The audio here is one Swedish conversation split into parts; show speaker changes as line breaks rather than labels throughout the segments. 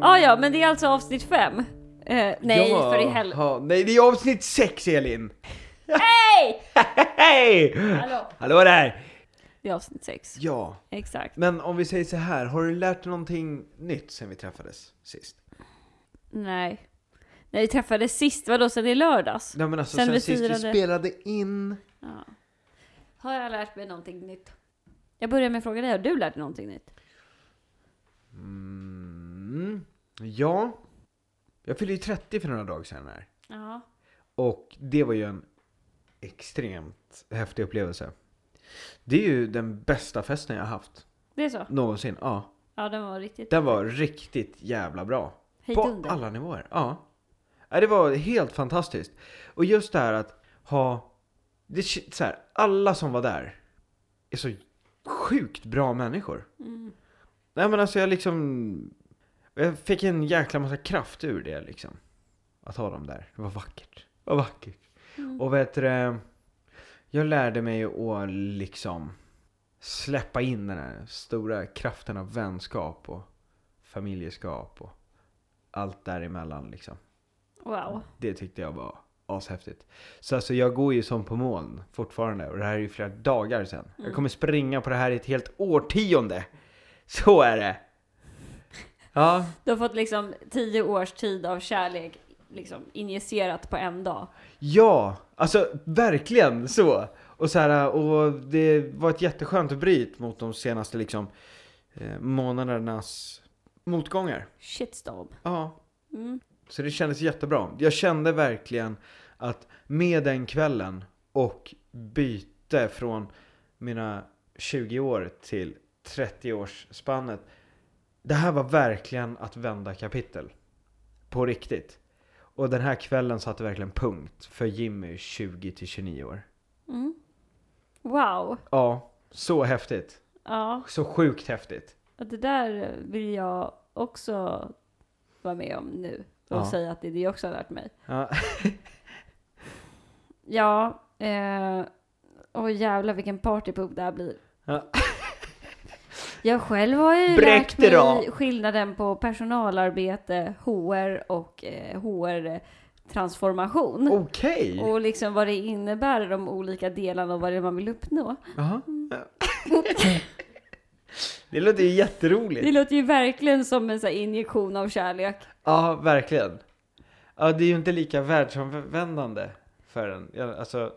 ja, men det är alltså avsnitt fem. Eh, nej,
Ja,
för i helvete.
ja, Nej, det är avsnitt sex Elin!
Hej!
Hej!
Hallå.
Hallå där!
Det är avsnitt sex.
Ja,
Exakt.
men om vi säger så här, har du lärt dig någonting nytt sen vi träffades sist?
Nej. När vi träffades sist, vadå sen i lördags?
Nej men alltså
Sen
sen,
vi
sist vi
firade.
spelade in.
Ja. Har jag lärt mig någonting nytt? Jag börjar med att fråga dig, har du lärt dig någonting nytt?
Mm, ja. Jag fyllde ju 30 för några dagar sedan här.
Ja.
Och det var ju en extremt häftig upplevelse. Det är ju den bästa festen jag har haft
Det är så?
någonsin. Ja,
Ja, den var riktigt
den var riktigt jävla bra. På
hejdunder.
alla nivåer, ja. ja. Det var helt fantastiskt. Och just det här att ha... Det, är så här, alla som var där är så sjukt bra människor.
Mm.
Nej men alltså jag liksom... Jag fick en jäkla massa kraft ur det liksom. Att ha dem där. Det var vackert. Det var vackert.
Mm.
Och vet du det, Jag lärde mig att liksom släppa in den här stora kraften av vänskap och familjeskap och allt däremellan liksom.
Wow.
Det tyckte jag var ashäftigt. Så alltså jag går ju som på moln fortfarande och det här är ju flera dagar sedan. Jag kommer springa på det här i ett helt årtionde. Så är det. Ja,
Du har fått liksom tio års tid av kärlek liksom injicerat på en dag.
Ja, alltså verkligen så. Och, så här, och det var ett jätteskönt bryt mot de senaste liksom, eh, månadernas motgångar.
Shitstorm.
Ja,
Mm.
så det kändes jättebra. Jag kände verkligen att med den kvällen och byte från mina 20 år till 30 års spannet. Det här var verkligen att vända kapitel. På riktigt. Och den här kvällen satte verkligen punkt för Jimmy 20 till 29 år.
Mm. Wow.
Ja, så häftigt.
Ja,
Så sjukt häftigt.
och det där vill jag också vara med om nu. Och
Ja.
säga att det är det jag också har lärt mig.
Ja,
Ja, eh, åh jävlar vilken partypoop det här blir.
Ja.
Jag själv har ju
Bräck det
lärt mig
då.
skillnaden på personalarbete, HR och eh, HR-transformation.
Okej!
Och liksom vad det innebär, de olika delarna och vad det är man vill uppnå.
Jaha. Det låter ju jätteroligt.
Det låter ju verkligen som en så här injektion av kärlek.
Ja, verkligen. Ja, det är ju inte lika världsomvändande för en. Ja, Alltså,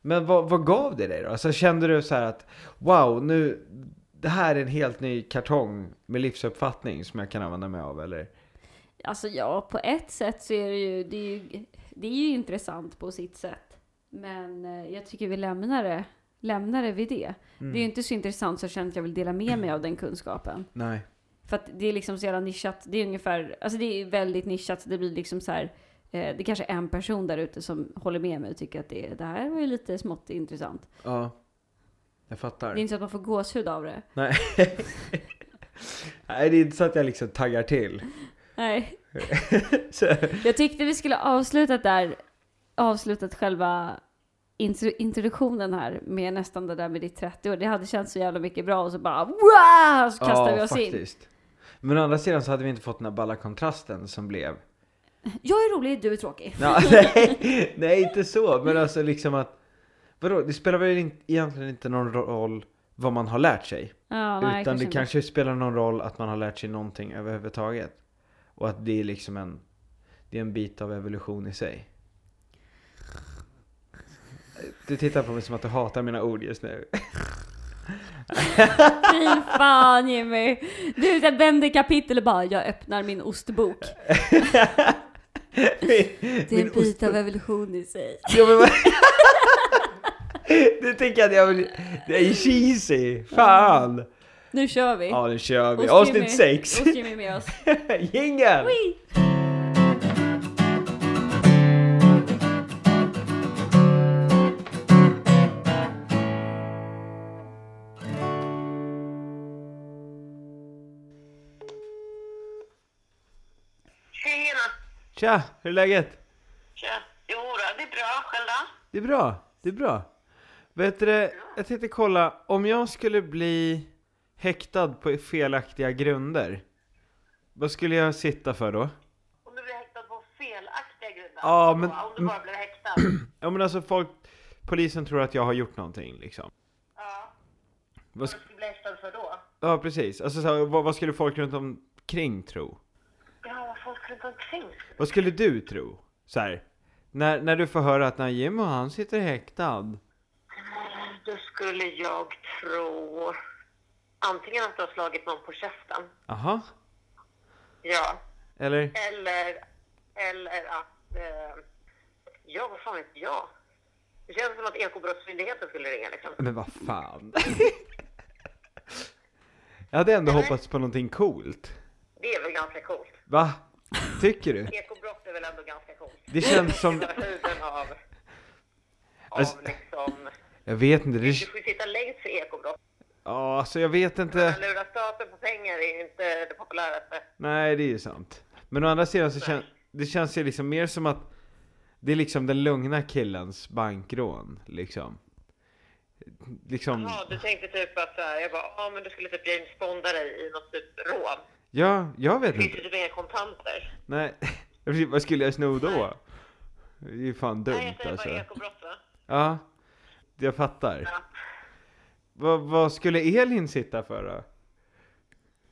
men vad, vad gav det dig då? Alltså, kände du så här att wow, nu, det här är en helt ny kartong med livsuppfattning som jag kan använda mig av eller?
Alltså ja, på ett sätt så är det ju, det är ju, det är ju intressant på sitt sätt. Men eh, jag tycker vi lämnar det, lämnar det vid det.
Mm.
Det är ju inte så intressant så jag känner att jag vill dela med mig av den kunskapen.
Nej.
För att det är liksom så jävla nischat. Det är ungefär, alltså det är väldigt nischat så det blir liksom så här. eh, Det är kanske är en person där ute som håller med mig och tycker att det, det här var ju lite smått intressant.
Ja, jag
Det
fattar.
är inte så att man får gåshud av det.
Nej. Nej, det är inte så att jag liksom taggar till.
Nej.
Så,
Jag tyckte vi skulle avslutat där, avslutat själva intro- introduktionen här med nästan det där med ditt 30 år. Det hade känts så jävla mycket bra och så bara wow! Så kastar vi oss in.
Men å andra sidan så hade vi inte fått den här balla kontrasten som blev
Jag är rolig, du är tråkig.
Ja, nej, nej, inte så. Men alltså liksom att... Vadå, det spelar väl in- egentligen inte någon roll vad man har lärt sig.
Ja, nej,
utan det
inte.
kanske spelar någon roll att man har lärt sig någonting överhuvudtaget. Och att det är liksom en... Det är en bit av evolution i sig. Du tittar på mig som att du hatar mina ord just nu.
Fy fan Jimmy! Du så här vänder kapitel och bara jag öppnar min ostbok. Det är en bit av evolution i sig.
Ja, men vad... Du tänker att jag vill... Det är cheesy! Fan!
Nu kör vi!
Ja, nu kör vi.
Ost, Jimmy.
Avsnitt 6.
Ost, Jimmy med oss.
Jingel!
Wee!
Tjena!
Tja, hur är läget?
Tja! Jo, då, det är bra. Själv då?
Det är bra, det är bra. Vet du, det, jag tänkte kolla, om jag skulle bli häktad på felaktiga grunder, vad- Vad skulle jag sitta för då?
Om du blir häktad på felaktiga grunder. Alltså,
Ja, men-
Om du bara blir häktad.
Ja men alltså folk, polisen tror att jag har gjort någonting liksom.
ja.
Vad
Vad
sk-
skulle du bli häktad för då?
ja precis, alltså så här, vad, vad skulle folk runt omkring tro?
Ja, vad folk runt omkring.
Vad skulle du tro? Så här, när, när du får höra att Najim och han sitter häktad.
Då skulle jag tro antingen att du har slagit någon på käften.
Aha,
Ja.
eller?
Eller, eller att... Eh, ja, vad fan vet jag? Det känns som att Ekobrottsmyndigheten skulle ringa liksom.
Men vad fan. jag hade ändå hoppats på någonting coolt.
Det är väl ganska coolt?
Va? Tycker du?
Ekobrott är väl ändå ganska coolt?
Det känns som...
Det var höjden av... Av
Alltså-
liksom...
Jag vet inte. Det...
Du får ju sitta längst för ekobrott.
Ja, alltså jag vet
Att
inte.
lura staten på pengar är ju inte det populäraste.
Nej, det är ju sant. Men å andra sidan så känns det känns ju liksom mer som att det är liksom den lugna killens bankrån, liksom. Liksom,
Ja, du tänkte typ att så här, jag bara, ja men du skulle typ James Bonda dig i något typ rån.
ja, jag vet
Det finns
inte.
ju typ inga kontanter.
Nej, Precis, vad skulle jag sno då? Det är ju fan
Nej,
dumt
jag säger
alltså.
bara ekobrott va?
Ja, jag fattar.
Ja.
Vad, vad skulle Elin sitta för då?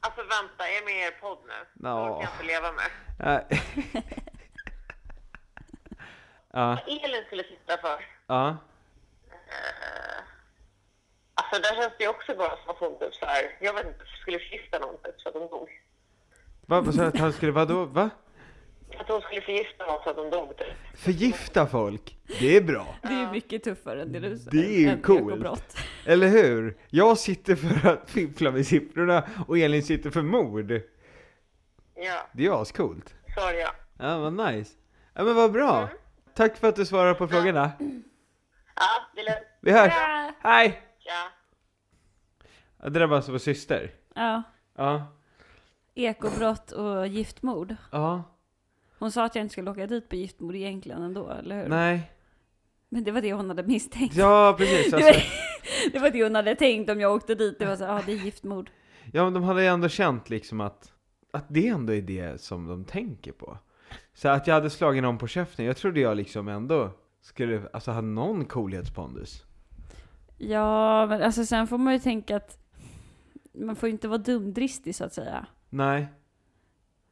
Alltså vänta, är jag med i er podd nu?
Ja.
Det orkar jag inte leva med.
Nej.
Äh.
Ja,
Vad Elin skulle sitta för? eh,
ja.
Alltså där känns det ju också bara som att hon typ så här, jag vet inte, skulle förgifta någon typ så att hon dog.
Vad vad sa du att han skulle, vadå, va?
Att hon skulle förgifta någon så att hon dog typ.
Förgifta folk? Det är bra.
Det är ju mycket tuffare än det du sa.
Det är ju
än
coolt.
ekobrott.
Eller hur? Jag sitter för att fiffla med siffrorna och Elin sitter för mord.
Ja,
Det är ju ascoolt.
sorry ja.
Ja, vad nice. Ja, men vad bra. Tack för att du svarar på frågorna.
Ja, det är lugnt.
Vi hörs.
Ja.
Hej!
Ja.
Ja, Det där var alltså vår syster.
Ja.
Ja.
Ekobrott och giftmord.
Ja.
Hon sa att jag inte skulle åka dit på giftmord egentligen ändå, eller hur?
Nej.
Men det var det hon hade misstänkt.
Ja, precis.
Det, var,
Alltså,
det var det hon hade tänkt om jag åkte dit. Det var så, ja ah, det är giftmord.
ja, men de hade ju ändå känt liksom att, att det ändå är det som de tänker på. Så att jag hade slagit någon på käften, jag trodde jag liksom ändå skulle, alltså ha någon coolhetspondus.
Ja, men alltså sen får man ju tänka att man får ju inte vara dumdristig så att säga.
Nej.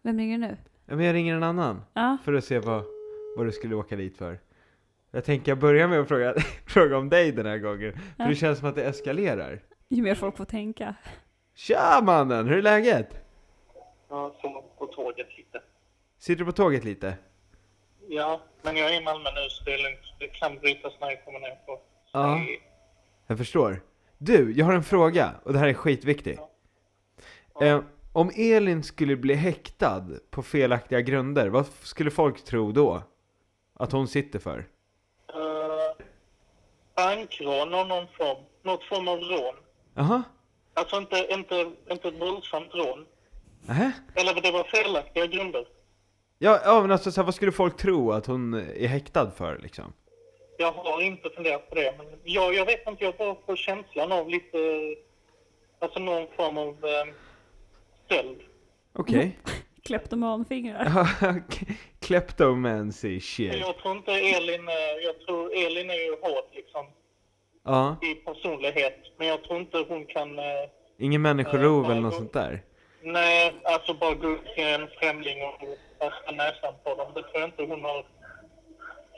Vem ringer nu?
Ja, men jag ringer en annan.
Ja,
För att se vad, vad du skulle åka dit för. Jag tänker jag börjar med att fråga, fråga om dig den här gången. För
Ja.
det känns som att det eskalerar.
ju mer folk får tänka.
Tja mannen, hur är läget?
Ja, som på tåget lite.
Sitter du på tåget lite?
Ja, men jag är i Malmö nu så det är lugnt. Det kan brytas när jag kommer ner på.
Ja.
Det-
Jag förstår. Du, jag har en fråga och det här är skitviktigt. Eh, om Elin skulle bli häktad på felaktiga grunder, vad f- skulle folk tro då? Att hon sitter för?
eh, bankrån av någon form. Något form av rån.
Jaha?
Alltså inte, inte, inte ett våldsamt rån.
Nähä?
Eller det var felaktiga grunder.
Ja, ja men alltså så här, vad skulle folk tro att hon är häktad för liksom?
Jag har inte funderat på det. Men jag, jag vet inte, jag bara får känslan av lite... Alltså någon form av eh, stöld.
Okej.
Kleptomanfingrar.
Kleptomancy shit.
Jag tror inte Elin... eh, Jag tror Elin är ju hård liksom.
Ja,
i personlighet. Men jag tror inte hon kan... Eh,
ingen människorov eller något sånt där.
nej, alltså bara gå upp till en främling och fästa näsan på dem. Det tror jag inte hon har...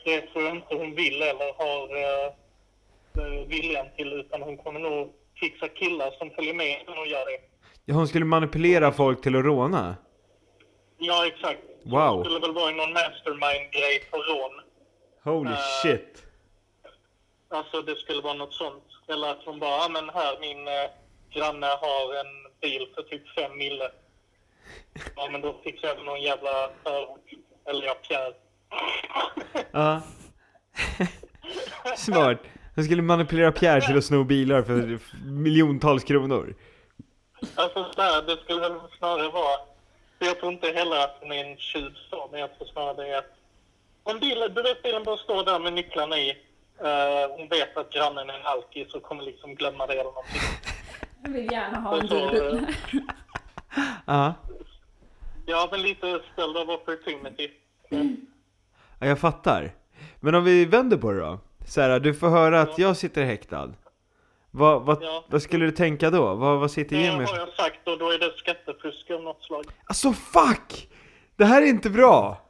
Det tror jag inte hon vill eller har eh, eh, viljan till. Utan hon kommer nog fixa killar som följer med henne och gör det.
Ja, hon skulle manipulera folk till att råna.
Ja, exakt.
Wow.
Det skulle väl vara någon mastermind-grej för rån.
Holy shit.
Alltså det skulle vara något sånt. Eller att hon bara, "Ah, men här min eh, granne har en bil för typ fem mille. Ja men då fixar jag någon jävla förort. Eller jag Pierre.
Ja. Smart. Hon skulle manipulera Pierre till att sno bilar för miljontals kronor.
Alltså så här, det skulle väl snarare vara. för Jag tror inte heller att hon är en tjuv så, men jag tror snarare det är att om bilen, du vet bilen bara står där med nycklarna i. eh, hon vet att grannen är en alkis och kommer liksom glömma det eller någonting.
Jag vill gärna ha
Och
en
så,
dyr
eh,
bil.
Ja.
Ja, men lite ställd av opportunity.
Ja, jag fattar. Men om vi vänder på det då? Så här, du får höra att jag sitter häktad. Vad, vad,
Ja.
vad skulle du tänka då? Vad, vad sitter
Det
Jimmy
har jag sagt och då är det skattefusk av något slag.
Alltså fuck! Det här är inte bra!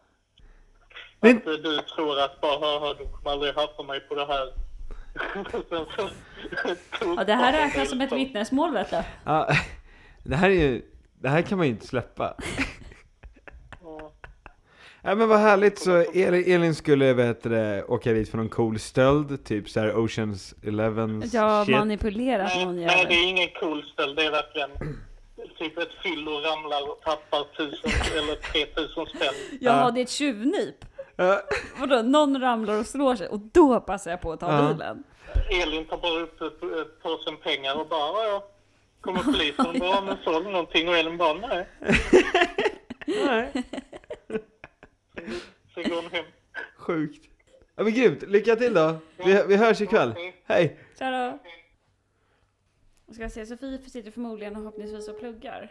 Det är
Att eh, du tror att bara haha, du kommer aldrig haffa mig på det här. Sen så-
Ja, det här räknas som ett vittnesmål vet du.
Ja, det här är ju, det här kan man ju inte släppa.
Ja.
Nej men vad härligt, så Elin, Elin skulle vad heter det, åka dit för någon cool stöld, typ så här Oceans 11
Jag har
shit.
manipulerat
Nej,
någon
nej, det
jävel.
är ingen cool ställ. Det är verkligen typ ett fyllo ramlar och tappar tusen eller 3000 spänn.
Jaha, det är ett tjuvnyp.
Ja.
Vadå, någon ramlar och slår sig och då passar jag på att ta
Ja.
bilen.
Elin tar bara upp eh, påsen pengar och bara "Ja, ja. Kommer polisen och bara, "Ja, men såg du någonting? Och Elin bara, nej.
Nej,
Så går hon hem.
sjukt. Ja men grymt, lycka till då! Vi, vi hörs ikväll. Hej!
Tja då! Och ska jag se, Sofie sitter förmodligen och hoppningsvis och pluggar.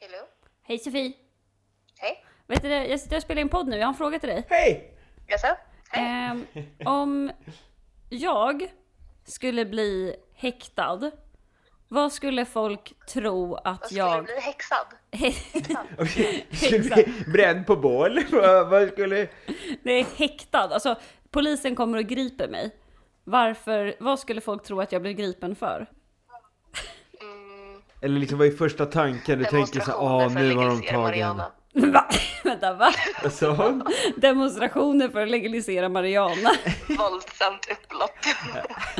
Hello?
Hej Sofie!
Hej.
Vet du det, jag sitter och spelar in podd nu, jag har en fråga till dig.
Hej!
Jaså? Hej.
Ehm, om jag skulle bli häktad, vad skulle folk tro
Vad
att
skulle
jag...
bli häxad?
Okej, skulle bli bränd på bål? Vad- Vad skulle...
Det är häktad, alltså polisen kommer och griper mig. Varför, vad skulle folk tro att jag blev gripen för?
Mm,
Eller liksom vad är första tanken? Du tänker så här,
demonstrationer
ah
för att
nu har de
legalisera
tagit henne.
marijuana."
Va? Vänta, va?
Vad sa hon?
Demonstrationer för att legalisera marijuana.
Våldsamt upplopp.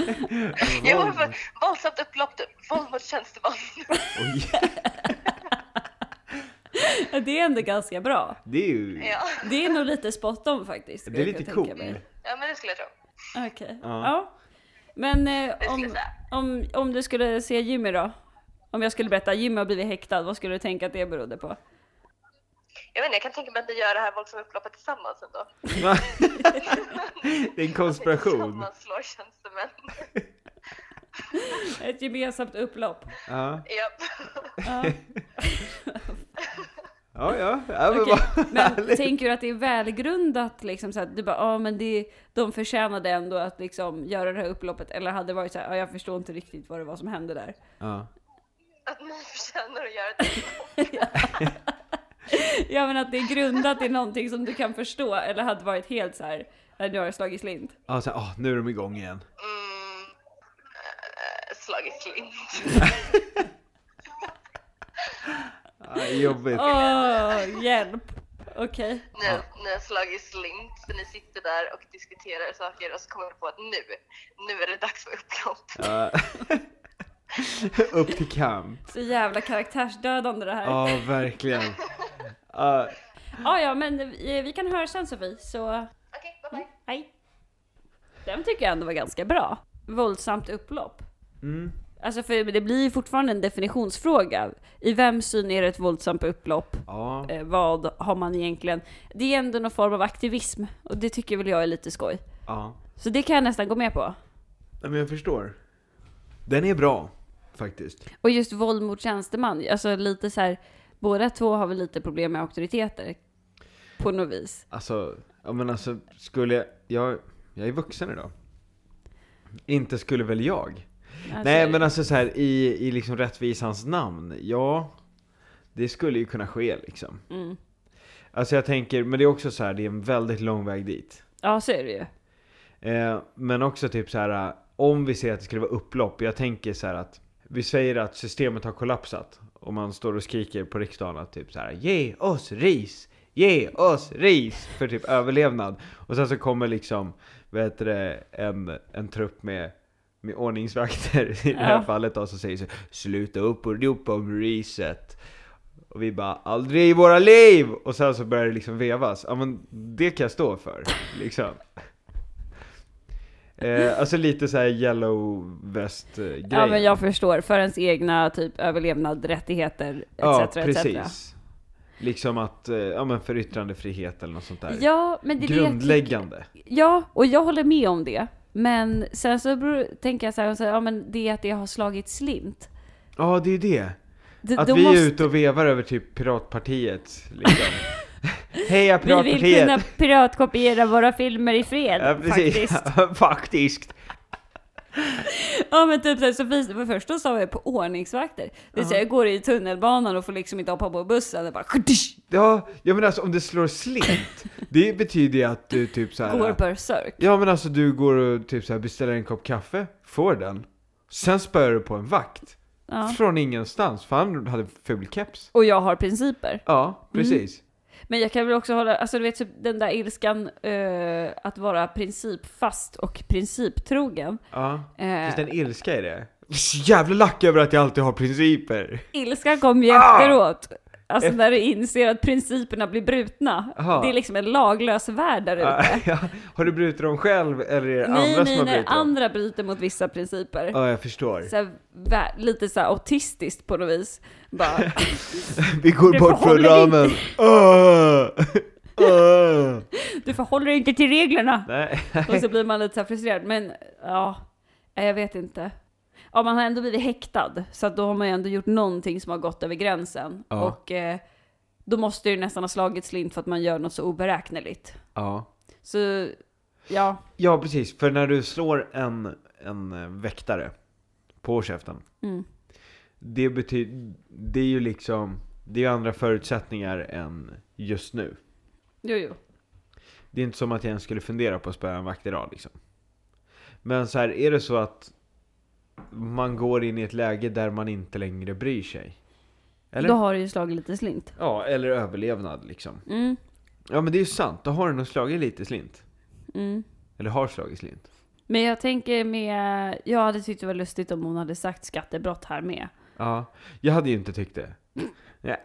Jag var för våldsamt upplopp, våld mot tjänsteman.
Oj,
Det är ändå ganska bra.
det är ju...
Ja.
Det är nog lite spot on faktiskt. skulle
Det är
jag
lite
kunna
cool.
tänka mig.
ja, men det skulle jag tro.
Okej.
Ja.
Ja. Men eh,
Det skulle
om,
jag säga.
om, om du skulle se Jimmy då? Om jag skulle berätta Jimmy har blivit häktad, vad skulle du tänka att det berodde på?
Jag vet inte, jag kan tänka mig att ni gör det här våldsamma upploppet tillsammans ändå.
Va? Det är en konspiration.
Tillsammans slår tjänstemän.
Ett gemensamt upplopp.
Ja,
Ja.
Ja.
ja, ja. ja men
Okej,
vad
Men
härligt.
tänker du att det är välgrundat liksom så att du bara, ja ah, men det, de förtjänade ändå att liksom göra det här upploppet eller hade det varit så här, ah, jag förstår inte riktigt vad det var som hände där.
Ja.
Att ni förtjänar att göra det.
Ja men att det är grundat i någonting som du kan förstå eller hade varit helt så här, "Nej, nu har det slagit slint.
Ja, så här, ah, nu är de igång igen.
Mm, eh, slagit slint.
Ah, jobbigt.
Åh, hjälp! Okej.
Ni, har- ni har slagit slint, så ni sitter där och diskuterar saker och så kommer ni på att nu, nu är det dags för upplopp.
Ja. Upp till kamp.
Så jävla karaktärsdödande det här. Ja,
Ja, verkligen. Ja,
ja, men eh, vi kan höra sen Sofie, så
Okej, bye bye.
hej. Den tycker jag ändå var ganska bra. Våldsamt upplopp.
mm.
Alltså för det blir ju fortfarande en definitionsfråga. I vems syn är det ett våldsamt upplopp?
ja.
Eh, vad har man egentligen? Det är ändå någon form av aktivism och det tycker väl jag är lite skoj.
ja.
Så det kan jag nästan gå med på.
Ja, men jag förstår. Den är bra, faktiskt.
Och just våld mot tjänsteman, alltså lite så här, båda två har väl lite problem med auktoriteter. På något vis.
Alltså, ja men alltså, skulle jag, jag, jag är vuxen idag. Inte skulle väl jag?
Alltså,
Nej men alltså så här i, i liksom rättvisans namn, ja. Det skulle ju kunna ske liksom.
Mm.
Alltså jag tänker, men det är också så här, det är en väldigt lång väg dit.
Ja, så är det ju.
Eh, men också typ så här, eh, om vi ser att det skulle vara upplopp, jag tänker så här att vi säger att systemet har kollapsat och man står och skriker på riksdagen att typ så här ge oss ris, ge oss ris för typ överlevnad. Och sen så kommer liksom, vad heter det, en, en trupp med med ordningsvakter i det här
Ja.
fallet då som säger så Sluta upp och ropa om riset Och vi bara Aldrig i våra liv! Och sen så börjar det liksom vevas Ja men det kan jag stå för liksom Eh, alltså lite så här yellow vest eh, grejer.
Ja, men jag förstår. För ens egna typ överlevnad, rättigheter, etc.
Ja,
etc.
precis. Liksom att, eh, ja men för yttrandefrihet eller något sånt där.
Ja, men det är det jag
Grundläggande.
tycker- Ja, och jag håller med om det. Men sen så beror, tänker jag så här, och så här, ja men det är att det har slagit slint.
Ja, det är det.
D-
Att
då
vi
måste-
är ute och vevar över typ Piratpartiet liksom. Heja
vi vill
Piratpartiet!
kunna piratkopiera våra filmer i fred,
Ja, precis.
faktiskt.
faktiskt.
Ja men typ såhär, Sofie, för det första så var jag på ordningsvakter. Det vill säga, jag går i tunnelbanan och får liksom inte hoppa på bussen. Det bara skdish,
Ja, jag menar alltså om det slår slint, det betyder ju att du typ så här.
går berserk.
Ja men alltså du går och typ så här beställer en kopp kaffe, får den. Sen spöar du på en vakt.
Ja.
Från ingenstans, för han hade ful keps.
Och jag har principer.
Ja,
Mm.
precis.
Men jag kan väl också hålla, alltså du vet typ den där ilskan eh, att vara principfast och principtrogen.
Ja.
Eh,
Finns det en ilska i det? Så jävla lack över att jag alltid har principer.
Ilskan kommer ju
Ah!
efteråt. Alltså
Eft-
när du inser att principerna blir brutna.
Aha.
Det är liksom en laglös värld där ute.
Ja, har du brutit dem själv eller är det
Nej,
andra
nej, när
som har brutit Ah. dem?
andra bryter mot vissa principer.
Ja, jag förstår.
Så här, vä- lite så här autistiskt på något vis. Bara,
Vi går
Du
bort från
förhåller dig inte.
ramen. Ah! Åh! Åh!
du förhåller dig inte till reglerna.
Nej.
Och så blir man lite så här frustrerad. Men ja, nej, jag vet inte. Ja, man har ändå blivit häktad. Så att då har man ju ändå gjort någonting som har gått över gränsen.
Ja.
Och eh, då måste det ju nästan ha slagit slint för att man gör något så oberäkneligt.
Ja.
Så ja,
Ja, precis. För när du slår en, en eh, väktare på käften.
Mm.
Det betyder, det är ju liksom, det är ju andra förutsättningar än just nu.
jo jo.
Det är inte som att jag ens skulle fundera på att spöa en vakt idag liksom. Men så här, är det så att man går in i ett läge där man inte längre bryr sig? Eller?
Då har det ju slagit lite slint.
Ja, eller överlevnad liksom.
Mm,
Ja men det är ju sant, då har den nog slagit lite slint.
mm.
Eller har slagit slint.
Men jag tänker med, jag hade tyckt det var lustigt om hon hade sagt skattebrott här med.
Ja, jag hade ju inte tyckt det.
Mm.
Nej.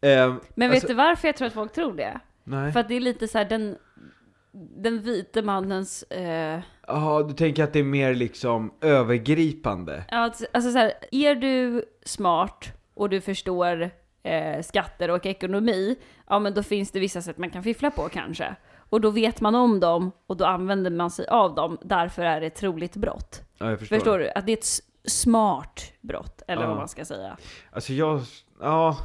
Ehm,
Men
alltså,
vet du varför jag tror att folk tror det?
Nej.
För att det är lite så här den, den vite mannens, eh,
Ja, du tänker att det är mer liksom övergripande?
ja, alltså alltså så här, är du smart och du förstår eh, skatter och ekonomi, ja men då finns det vissa sätt man kan fiffla på kanske. Och då vet man om dem och då använder man sig av dem, därför är det ett troligt brott.
Ja, jag förstår.
Förstår du? Att det är ett s- smart brott, eller
Ja.
vad man ska säga.
Alltså jag, ja.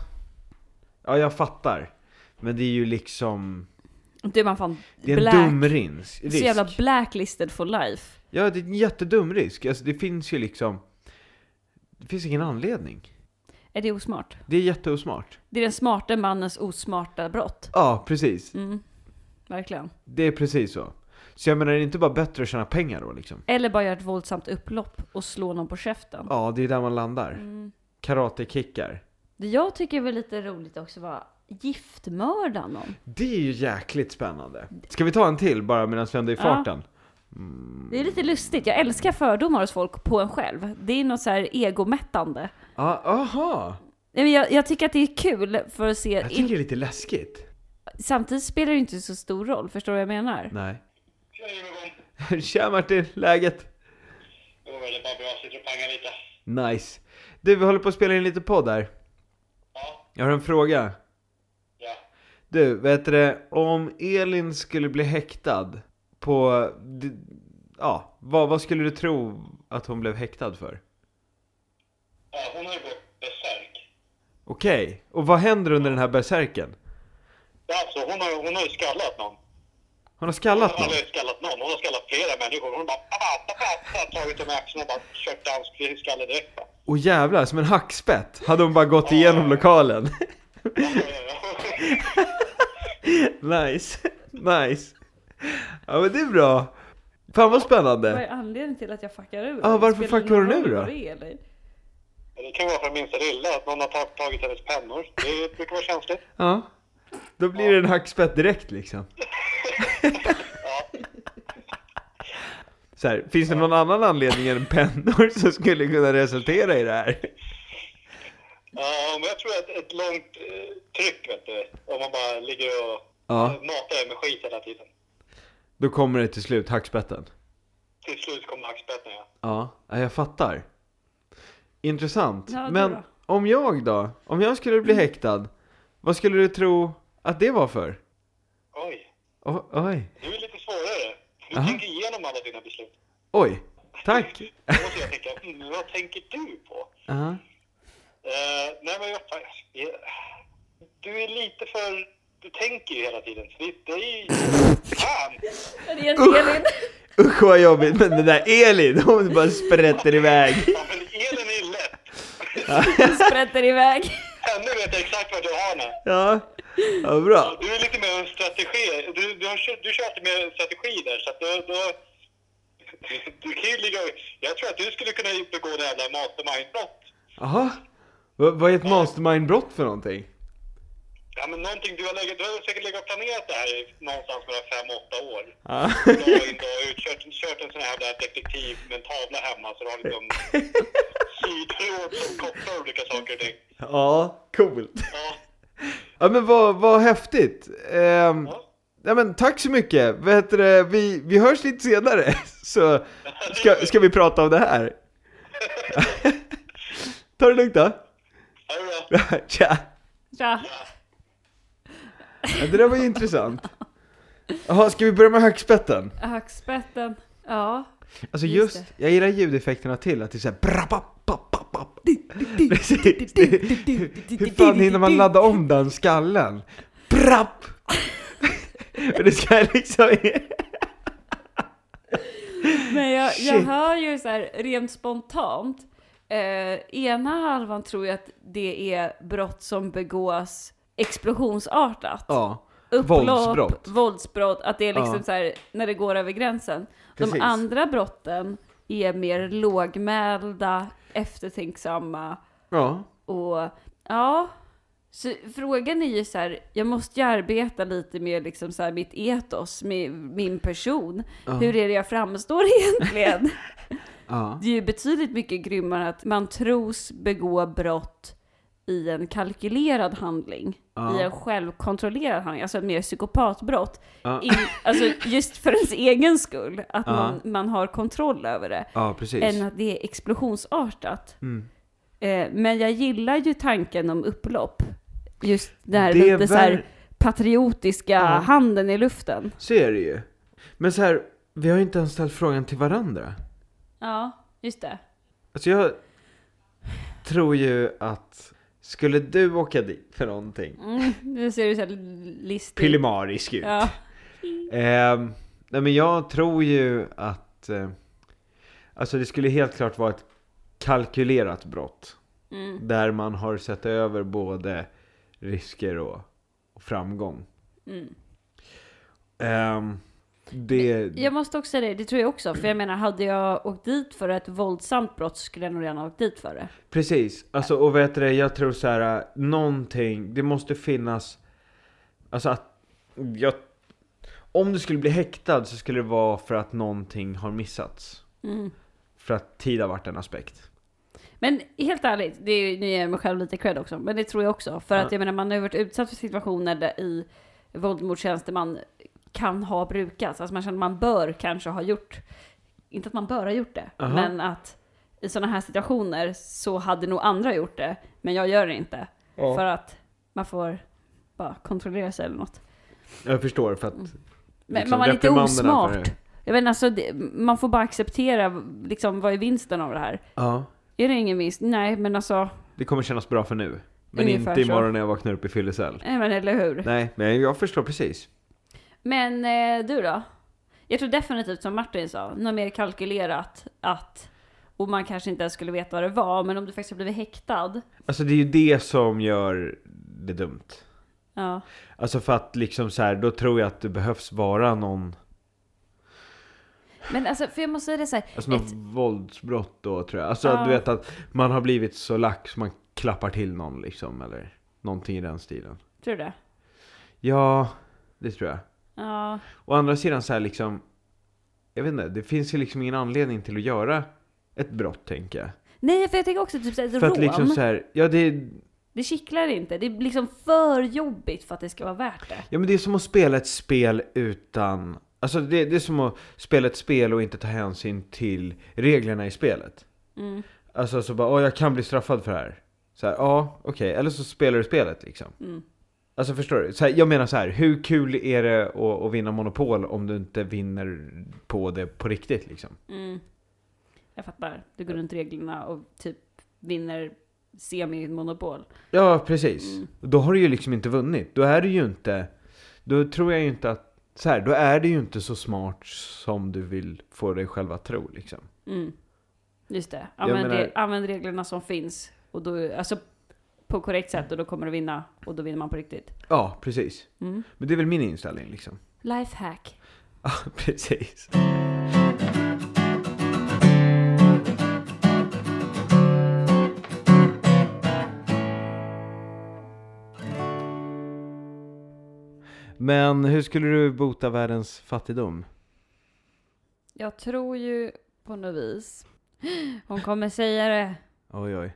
Ja, jag fattar. Men det är ju liksom,
Då är man fan
det är en
black,
dum rins,
så
risk.
jävla blacklisted for life.
Ja, det är en jättedum risk. Alltså det finns ju liksom, det finns ingen anledning.
Är det osmart?
Det är jätteosmart.
Det är den smarte mannens osmarta brott.
Ja, precis.
Mm. Verkligen.
Det är precis så. Så jag menar, det är inte bara bättre att tjäna pengar då liksom?
Eller bara göra ett våldsamt upplopp och slå någon på käften.
Ja, det är där man landar.
Mm.
Karatekickar.
Det jag tycker var lite roligt också var giftmörda någon.
Det är ju jäkligt spännande. Ska vi ta en till bara medan vi ändå är i
Ja.
farten?
Det är
Mm.
lite lustigt. Jag älskar fördomar hos folk på en själv. Det är något så här egomättande.
Ja, aha.
Nej, men Jag, jag tycker att det är kul för att se.
Jag tycker det är lite läskigt.
Samtidigt spelar det ju inte så stor roll. Förstår du vad jag menar?
Nej.
Tjena Jonathan.
Tja Martin, läget?
Det var väldigt bra. Jag sitter och pangar lite.
Nice. Du, vi håller på att spela in lite podd här.
Ja,
Jag har en fråga.
ja.
Du, vet du det? Om Elin skulle bli häktad på... d- Ja, vad, vad skulle du tro att hon blev häktad för?
ja hon har ju gått besärk.
Okej, och vad händer under den här berserken?
Ja, alltså, hon, har, hon har ju skallat någon.
Hon har
Hon
skallat
har
någon?
aldrig skallat någon. Hon har skallat flera människor. Hon har bara pa, pa, pa, pa, tagit dem i axeln och bara kört hans skalle direkt. va.
Åh jävlar, som en hackspett hade hon bara gått igenom lokalen. nice, nice. Ja men det är bra. Fan vad
Vad är
spännande.
anledningen till att jag fuckar ur?
Ja, varför
Spelar det
fuckar du
någon
nu
roll
då?
vad det är, eller?
Det kan vara från minsta lilla att någon har ta- tagit hennes pennor. Det brukar vara känsligt.
Ja. Då blir det en hackspett direkt liksom. Så här, finns det någon annan anledning än pennor som skulle kunna resultera i det här?
Ja, men jag tror att ett långt eh, tryck, vet du. Om man bara ligger och
Ja.
eh, matar er med skit hela tiden.
Då kommer det till slut, hackspetten.
Till slut kommer hackspetten, ja.
Ja, ja, jag fattar. Intressant.
Ja, du
Men
då?
om jag då? Om jag skulle bli häktad, vad skulle du tro att det var för?
Oj,
O- oj,
du är lite svårare. Du
Aha.
tänker igenom alla dina beslut.
oj, tack.
Då måste jag tänka, mm, vad tänker du på?
Ja,
Eh, nej, men jag, jag, eh, du är lite för... Du tänker ju hela tiden. Så det, det är ju... Fan!
Det är en Elin.
Usch vad jobbigt, men den där Elin, hon bara sprätter iväg.
Ja, men elen är ju lätt.
Sprätter iväg.
Ja, nu vet jag exakt vart jag har henne.
Ja, ja bra.
Du är lite mer en strategi. Du, du, har, kö- du kör alltid mer en strategi där, så att då, då, du kan ju ligga... Jag tror att du skulle kunna begå det jävla mastermind-brott.
Jaha, vad vad är ett mastermind-brott för någonting?
Ja, men någonting du har, legat, du har säkert legat och planerat det här i någonstans mellan fem och åtta år.
Ja.
dag in dag ut. Kört, kört en sån här jävla detektiv med en tavla hemma så du har liksom sytråd som kopplar olika saker och ting.
ja, coolt.
Ja,
Ja men vad, vad häftigt. Ehm, ja, men tack så mycket. Vad heter det? Vi, vi hörs lite senare så ska, ska vi prata om det här. Ta det lugnt då.
ha det bra.
Tja.
Tja.
Ja, det där var ju intressant. Jaha, ska vi börja med hackspetten?
Hackspetten. Ja.
Alltså
Just
just, jag gillar ljudeffekterna till, att det är såhär bra, ba, ba, ba, ba. Precis. Det- Hur fan hinner man ladda om den skallen? Brapp! Men det ska liksom...
Men jag, jag
Shit.
hör ju så här rent spontant. Eh, ena halvan tror jag att det är brott som begås explosionsartat.
Ja.
Upplopp,
våldsbrott.
våldsbrott, att det är liksom
Ja.
så här när det går över gränsen.
Precis.
De andra brotten är mer lågmälda, eftertänksamma
Ja.
och ja. Så frågan är ju så här, jag måste ju arbeta lite med liksom så här mitt etos, med min person. Hur är det jag framstår egentligen?
ja.
Det är ju betydligt mycket grymmare att man tros begå brott i en kalkylerad handling.
Ja.
I en självkontrollerad handling, alltså ett mer psykopatbrott.
Ja.
In, alltså just för ens egen skull, att
Ja.
man, man har kontroll över det.
Ja, precis.
Än att det är explosionsartat.
Mm.
Eh, men jag gillar ju tanken om upplopp. Just den här
Det är
lite så här
väl-
patriotiska handen i luften.
Så är det ju. Men så här, vi har ju inte ens ställt frågan till varandra.
Ja, just det.
Alltså jag tror ju att, skulle du åka dit för någonting?
Mm, nu ser du så här listig
Pillemarisk ut.
Ja.
Ehm, nej men jag tror ju att, eh, alltså det skulle helt klart vara ett kalkylerat brott.
Mm.
Där man har sett över både risker och, och framgång.
Mm.
Ehm, det,
Jag måste också säga det, det tror jag också. För jag menar, hade jag åkt dit för ett våldsamt brott så skulle jag nog redan ha åkt dit för det.
Precis, alltså, och vet du det, jag tror så här, äh, någonting, det måste finnas, alltså att, jag, om du skulle bli häktad så skulle det vara för att någonting har missats.
Mm.
För att tid har varit en aspekkt.
Men helt ärligt, det är, ju- nu ger jag mig själv lite cred också, men det tror jag också. För att jag menar, man har ju varit utsatt för situationer där i våld mot tjänsteman kan ha brukats. Alltså man känner att man bör kanske ha gjort, inte att man bör ha gjort det,
Aha.
men att i sådana här situationer så hade nog andra gjort det, men jag gör det inte. För att man får bara kontrollera sig eller något.
Jag förstår, för att...
Mm. Men
liksom,
man är lite
reprimanderna för-
osmart. Jag menar, alltså, det, man får bara acceptera, liksom, vad är vinsten av det här?
Ja,
Är det ingen vinst? Nej, men alltså,
det kommer kännas bra för nu. Men
Ungefär
inte
så.
imorgon när jag vaknar upp i fyllecell.
nej, men eller hur?
Nej, men jag förstår precis.
Men eh, du då? Jag tror definitivt som Martin sa, något mer kalkylerat att, och man kanske inte ens skulle veta vad det var, men om du faktiskt har blivit häktad,
Alltså det är ju det som gör det dumt.
ja.
Alltså för att liksom så här, då tror jag att det behövs vara någon,
Men alltså, för jag måste säga det så här,
alltså något våldsbrott då tror jag. Alltså
Ja.
du vet att man har blivit så lack så man klappar till någon liksom eller någonting i den stilen.
tror du det?
Ja, det tror jag.
Ja,
Å andra sidan så här liksom, jag vet inte, det finns ju liksom ingen anledning till att göra ett brott tänker jag.
Nej, för jag tänker också typ så här, ett
För
rån.
att liksom så här, ja det,
Det kittlar inte. Det är liksom för jobbigt för att det ska vara värt det.
ja men det är som att spela ett spel utan, alltså det, det är som att spela ett spel och inte ta hänsyn till reglerna i spelet.
Mm.
Alltså så bara, åh jag kan bli straffad för det här. Så här, ja okej, eller så spelar du spelet liksom.
Mm.
Alltså förstår du? Så här, jag menar så här, hur kul är det att, att vinna Monopol om du inte vinner på det på riktigt liksom?
Mm. Jag fattar. Du går runt reglerna och typ vinner semi-monopol.
Ja, precis. Då har du ju liksom inte vunnit. Då är du ju inte... Då tror jag ju inte att... Så här, då är det ju inte så smart som du vill få dig själv att tro liksom.
Mm. Just det. Använd,
menar-
re- använd reglerna som finns. Och då, alltså, på korrekt sätt och då kommer du vinna. Och då vinner man på riktigt.
Ja, precis.
Mm.
Men det är väl min inställning liksom.
Lifehack.
Ja, precis. Men hur skulle du bota världens fattigdom?
Jag tror ju på något vis. Hon kommer säga det.
Oj, oj.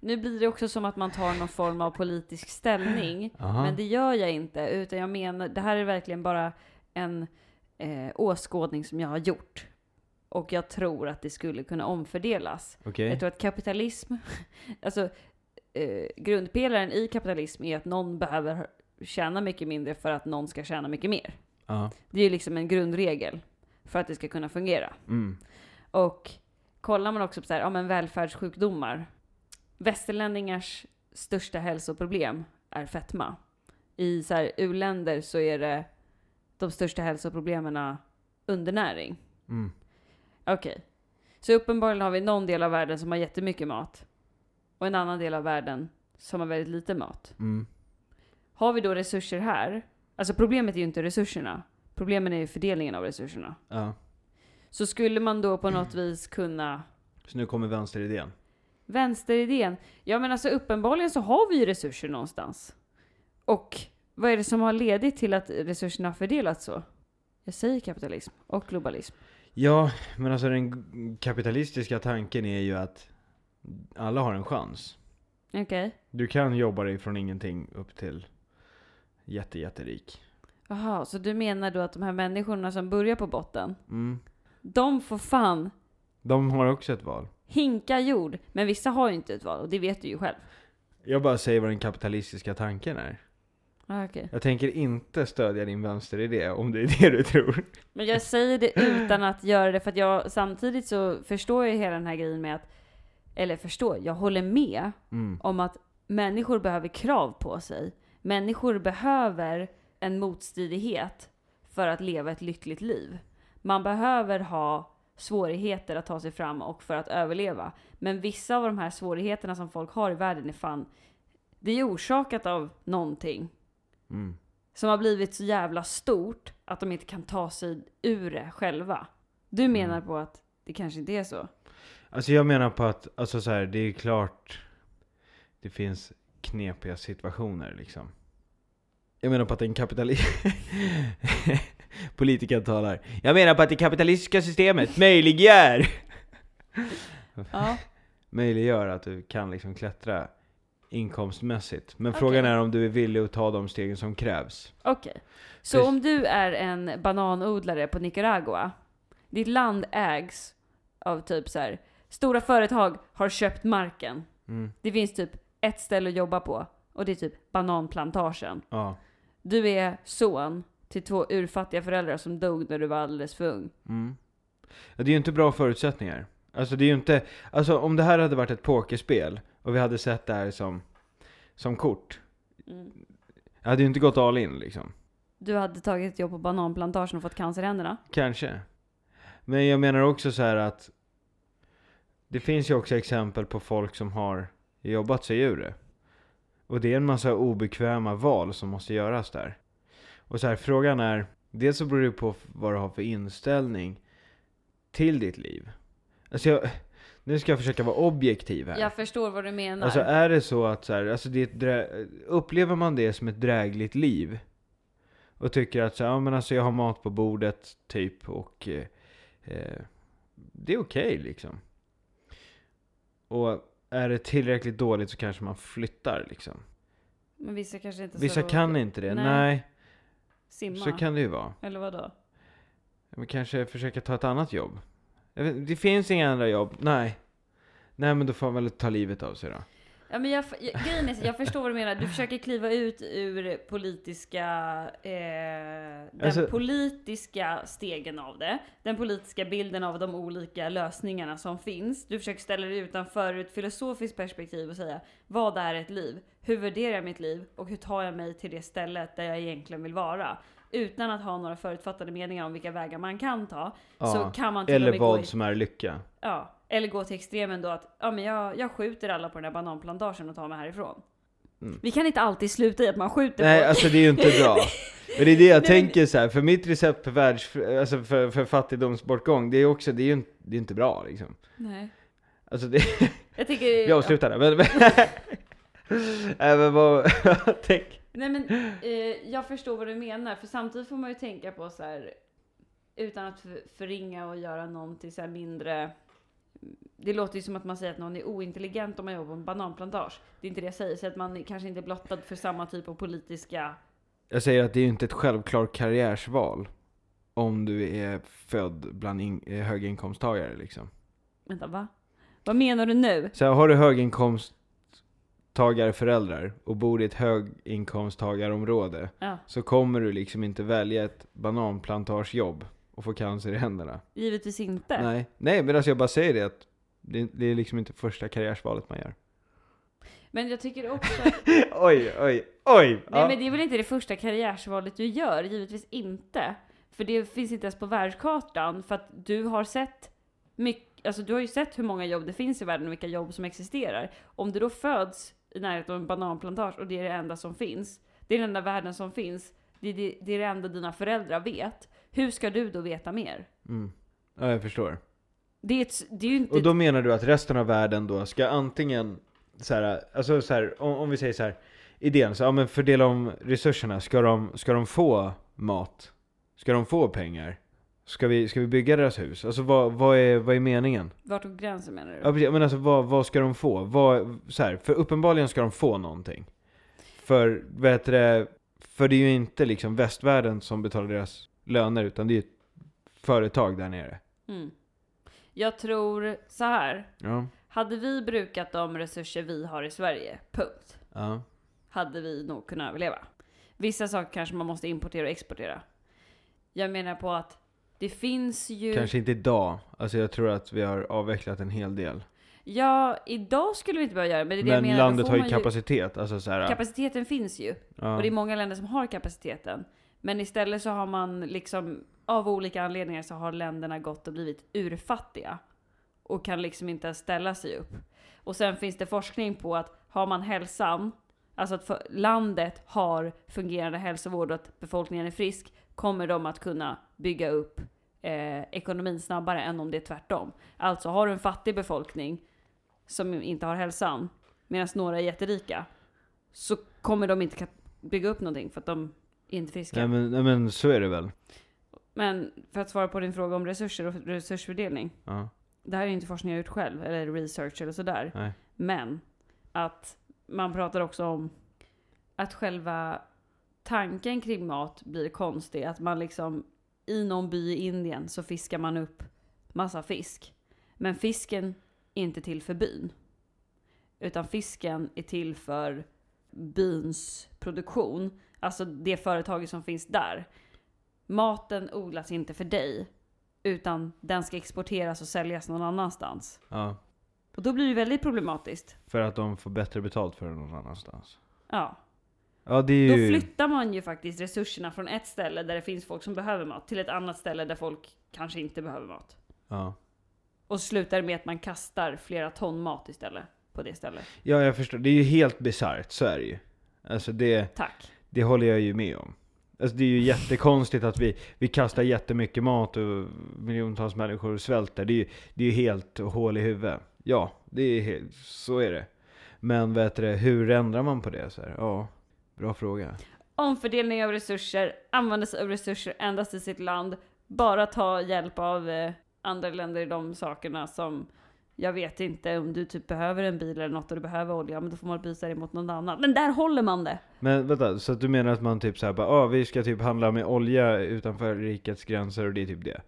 Nu blir det också som att man tar någon form av politisk ställning.
Aha.
Men det gör jag inte. Utan jag menar, det här är verkligen bara en eh, åskådning som jag har gjort. Och jag tror att det skulle kunna omfördelas.
Okej.
Jag tror att kapitalism, alltså eh, grundpelaren i kapitalism är att någon behöver tjäna mycket mindre för att någon ska tjäna mycket mer.
Ja.
Det är ju liksom en grundregel för att det ska kunna fungera.
Mm.
Och kollar man också på så här, ja men välfärdssjukdomar. Västerlänningars största hälsoproblem är fetma. I så här u-länder så är det de största hälsoproblemen undernäring.
Mm.
Okej. Så uppenbarligen har vi någon del av världen som har jättemycket mat. Och en annan del av världen som har väldigt lite mat.
Mm.
Har vi då resurser här? Alltså problemet är ju inte resurserna. Problemen är ju fördelningen av resurserna.
Ja.
Så skulle man då på något vis kunna
Så nu kommer vänsteridén.
Vänsteridén. Ja men alltså uppenbarligen så har vi ju resurser någonstans. Och vad är det som har ledit till att resurserna har fördelats så? Jag säger kapitalism och globalism.
Ja, men alltså den g- kapitalistiska tanken är ju att alla har en chans.
Okej.
Du kan jobba dig från ingenting upp till jätte, jätterik.
Jaha, så du menar då att de här människorna som börjar på botten,
Mm.
de får fan
De har också ett val.
hinka jord. Men vissa har ju inte ett val och det vet du ju själv.
Jag bara säger vad den kapitalistiska tanken är.
Ah, okej.
Jag tänker inte stödja din vänsteridé om det är det du tror.
Men jag säger det utan att göra det för att jag samtidigt så förstår jag hela den här grejen med att, eller förstår, jag håller med
Mm.
om att människor behöver krav på sig. Människor behöver en motstridighet för att leva ett lyckligt liv. Man behöver ha svårigheter att ta sig fram och för att överleva. Men vissa av de här svårigheterna som folk har i världen är fan, det är orsakat av någonting
Mm.
som har blivit så jävla stort att de inte kan ta sig ur det själva. Du menar på att det kanske inte är så?
Alltså jag menar på att, alltså så här, det är klart det finns knepiga situationer liksom. Jag menar på att den kapitalist... Politiker talar. Jag menar på att det kapitalistiska systemet möjliggör
Ja.
möjliggör att du kan liksom klättra inkomstmässigt. Men frågan är om du är villig att ta de stegen som krävs.
Okej. Så
Precis.
om du är en bananodlare på Nicaragua, ditt land ägs av typ så här, stora företag har köpt marken.
Mm.
Det finns typ ett ställe att jobba på och det är typ bananplantagen.
Ja.
Du är son till två urfattiga föräldrar som dog när du var alldeles för ung.
Mm. ja. Det är ju inte bra förutsättningar. Alltså det är ju inte... Alltså om det här hade varit ett pokerspel och vi hade sett det här som, som kort.
Mm.
Jag hade ju inte gått all in liksom.
Du hade tagit ett jobb på bananplantagen och fått cancer i händerna.
Kanske. Men jag menar också så här att det finns ju också exempel på folk som har jobbat sig ur det. Och det är en massa obekväma val som måste göras där. Och så här, frågan är, dels så beror det på vad du har för inställning till ditt liv. Alltså jag, nu ska jag försöka vara objektiv här.
Jag förstår vad du menar.
Alltså är det så att så här, alltså det är ett drä- upplever man det som ett drägligt liv och tycker att så här, ja men alltså jag har mat på bordet typ och eh, eh, det är okej liksom. Och är det tillräckligt dåligt så kanske man flyttar liksom.
Men vissa kanske inte
Vissa
så
kan inte det, nej.
Nej. simma.
så kan det ju vara.
Eller vadå?
Men kanske försöka ta ett annat jobb. Jag vet, det finns inga andra jobb, nej. Nej men då får man väl ta livet av sig då.
Ja, men jag, jag, grejen är, så- jag förstår vad du menar. Du försöker kliva ut ur politiska, eh, den
Alltså-
politiska stegen av det. Den politiska bilden av de olika lösningarna som finns. Du försöker ställa dig utanför ur ett filosofiskt perspektiv och säga vad är ett liv? Hur värderar jag mitt liv? Och hur tar jag mig till det stället där jag egentligen vill vara? Utan att ha några förutfattade meningar om vilka vägar man kan ta. så kan man till och
Eller
med gå i-
vad som är lycka.
Ja, eller gå till extremen då att ja, men jag, jag skjuter alla på den här bananplantagen och tar mig härifrån. Vi kan inte alltid sluta i att man skjuter
Mm. Nej,
folk.
alltså det är ju inte bra. Men det är det jag
Nej,
tänker så här, för mitt recept för, världs, alltså för, för fattigdomsbortgång, det är också, det är ju inte, det är inte bra liksom.
Nej.
Alltså det,
Jag tycker...
vi avslutar där. Men, men, Nej, men vad, tänk.
Nej men eh, jag förstår vad du menar för samtidigt får man ju tänka på så här utan att för- förringa och göra någon till så här mindre det låter ju som att man säger att någon är ointelligent om man jobbar på en bananplantage. Det är inte det jag säger, så att man är kanske inte är blottad för samma typ av politiska...
Jag säger att det är ju inte ett självklart karriärsval om du är född bland in, eh, höginkomsttagare liksom.
Vänta, va? Vad menar du nu?
Så här, har du höginkomsttagare föräldrar och bor i ett höginkomsttagarområde
Ja.
så kommer du liksom inte välja ett bananplantagejobb och få cancer i händerna.
Givetvis inte.
Nej, Nej men alltså jag bara säger det att det, det är liksom inte första karriärsvalet man gör.
Men jag tycker också...
oj, oj, oj!
Nej
Ja.
men det är väl inte det första karriärsvalet du gör? Givetvis inte. För det finns inte ens på världskartan för att du har sett mycket, alltså du har ju sett hur många jobb det finns i världen och vilka jobb som existerar. Om du då föds i närheten av en bananplantage och det är det enda som finns, det är den enda världen som finns, det är det, det, är det enda dina föräldrar vet. Hur ska du då veta mer?
Mm. ja, jag förstår.
Det är, ett, det är ju inte...
Och då menar du att resten av världen då ska antingen så här, alltså så här, om, om vi säger så här, idén, så, ja men fördela om resurserna, ska de, ska de få mat? Ska de få pengar? Ska vi, ska vi bygga deras hus? Alltså vad, vad, är, vad är meningen?
Vart går gränsen menar du?
Ja, precis, men alltså vad, vad ska de få? Vad, så här, för uppenbarligen ska de få någonting. För, vet det, för det är ju inte liksom västvärlden som betalar deras löner, utan det är ju ett företag där nere.
Mm. Jag tror så här.
Ja.
Hade vi brukat de resurser vi har i Sverige, punkt,
Ja.
hade vi nog kunnat överleva. Vissa saker kanske man måste importera och exportera. Jag menar på att det finns ju...
Kanske inte idag. Alltså jag tror att vi har avvecklat en hel del.
Ja, idag skulle vi inte behöva göra det, men det är det jag
Men
menar. då
landet
får
har ju
man
kapacitet. Alltså så här,
Kapaciteten finns ju.
ja.
Och det är många länder som har kapaciteten. Men istället så har man liksom, av olika anledningar så har länderna gått och blivit urfattiga. Och kan liksom inte ens ställa sig upp. Och sen finns det forskning på att har man hälsan, alltså att för- landet har fungerande hälsovård och att befolkningen är frisk, kommer de att kunna bygga upp eh, ekonomin snabbare än om det är tvärtom. Alltså har du en fattig befolkning som inte har hälsan, medan några är jätterika, så kommer de inte kap- bygga upp någonting för att de är inte friska.
nej, men, nej men så är det väl.
Men för att svara på din fråga om resurser och resursfördelning.
Ja.
Det här är ju inte forskning jag gjort själv, eller research eller sådär.
Nej.
Men att man pratar också om att själva tanken kring mat blir konstig. Att man liksom i någon by i Indien så fiskar man upp massa fisk. Men fisken är inte till för byn. Utan fisken är till för byns produktion. Alltså det företaget som finns där. Maten odlas inte för dig. Utan den ska exporteras och säljas någon annanstans.
Ja.
Och då blir det väldigt problematiskt.
För att de får bättre betalt för det någon annanstans.
Ja.
Ja det är
Då
ju...
flyttar man ju faktiskt resurserna från ett ställe där det finns folk som behöver mat till ett annat ställe där folk kanske inte behöver mat.
Ja.
Och slutar med att man kastar flera ton mat istället på det stället.
ja jag förstår. Det är ju helt bisarrt, så är det ju. Alltså det,
Tack.
det håller jag ju med om. Alltså det är ju jättekonstigt att vi, vi kastar jättemycket mat och miljontals människor svälter. Det är ju, det är ju helt hål i huvudet. Ja, det är helt, så är det. Men vet du, det, hur ändrar man på det? Så här, ja, bra fråga.
Omfördelning av resurser, använda sig av resurser endast i sitt land, bara ta hjälp av eh, andra länder i de sakerna som jag vet inte om du typ behöver en bil eller något och du behöver olja, men då får man byta det mot någon annan. Men där håller man det!
Men vänta, så att du menar att man typ så här bara, ah, vi ska typ handla med olja utanför rikets gränser och det är typ det.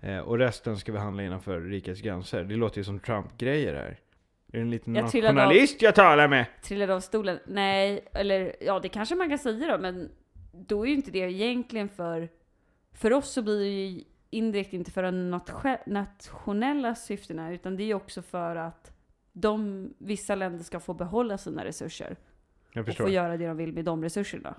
Eh, och resten ska vi handla innanför rikets gränser. Det låter ju som Trump-grejer här. Är det en liten
Jag trillade av.
journalist jag talar med?
Trillade av stolen? Nej, eller ja, det kanske man kan säga då, men då är ju inte det egentligen för... För oss så blir det ju indirekt inte för de natio- nationella syftena, utan det är ju också för att de, vissa länder ska få behålla sina resurser
Jag
och
förstår.
få
Okej.
göra det de vill med de resurserna.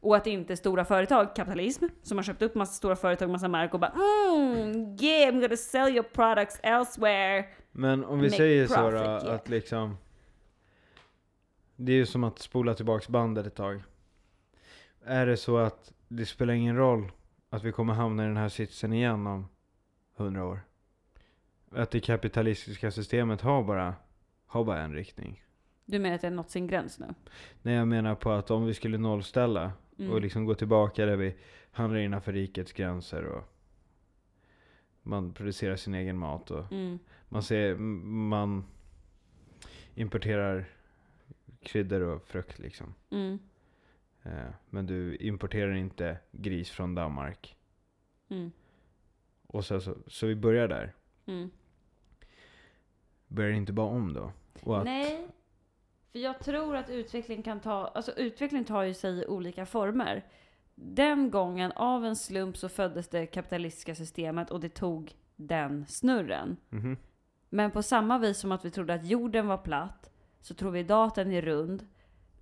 Och att inte stora företag, kapitalism, som har köpt upp massa stora företag, massa mark och bara mm, yeah I'm gonna sell your products elsewhere.
Men om vi
Make
säger så då,
profit, yeah.
att liksom... Det är ju som att spola tillbaks bandet ett tag. Är det så att det spelar ingen roll att vi kommer hamna i den här sitsen igen om hundra år? Att det kapitalistiska systemet har bara, har bara en riktning?
Du menar att det har nått sin gräns nu? Mm.
Nej, jag menar på att om vi skulle nollställa och liksom gå tillbaka där vi handlar innanför rikets gränser och man producerar sin egen mat och
Mm.
man, ser, m- man importerar kryddor och frukt liksom.
Mm.
Eh, Men du importerar inte gris från Danmark.
Mm.
Och så, så, så vi börjar där.
Mm.
Börjar det inte bara om då? Och att,
Nej, för jag tror att utveckling kan ta, alltså utveckling tar ju sig i olika former. Den gången, av en slump, så föddes det kapitalistiska systemet och det tog den snurren.
Mhm.
Men på samma vis som att vi trodde att jorden var platt, så tror vi idag att den är rund.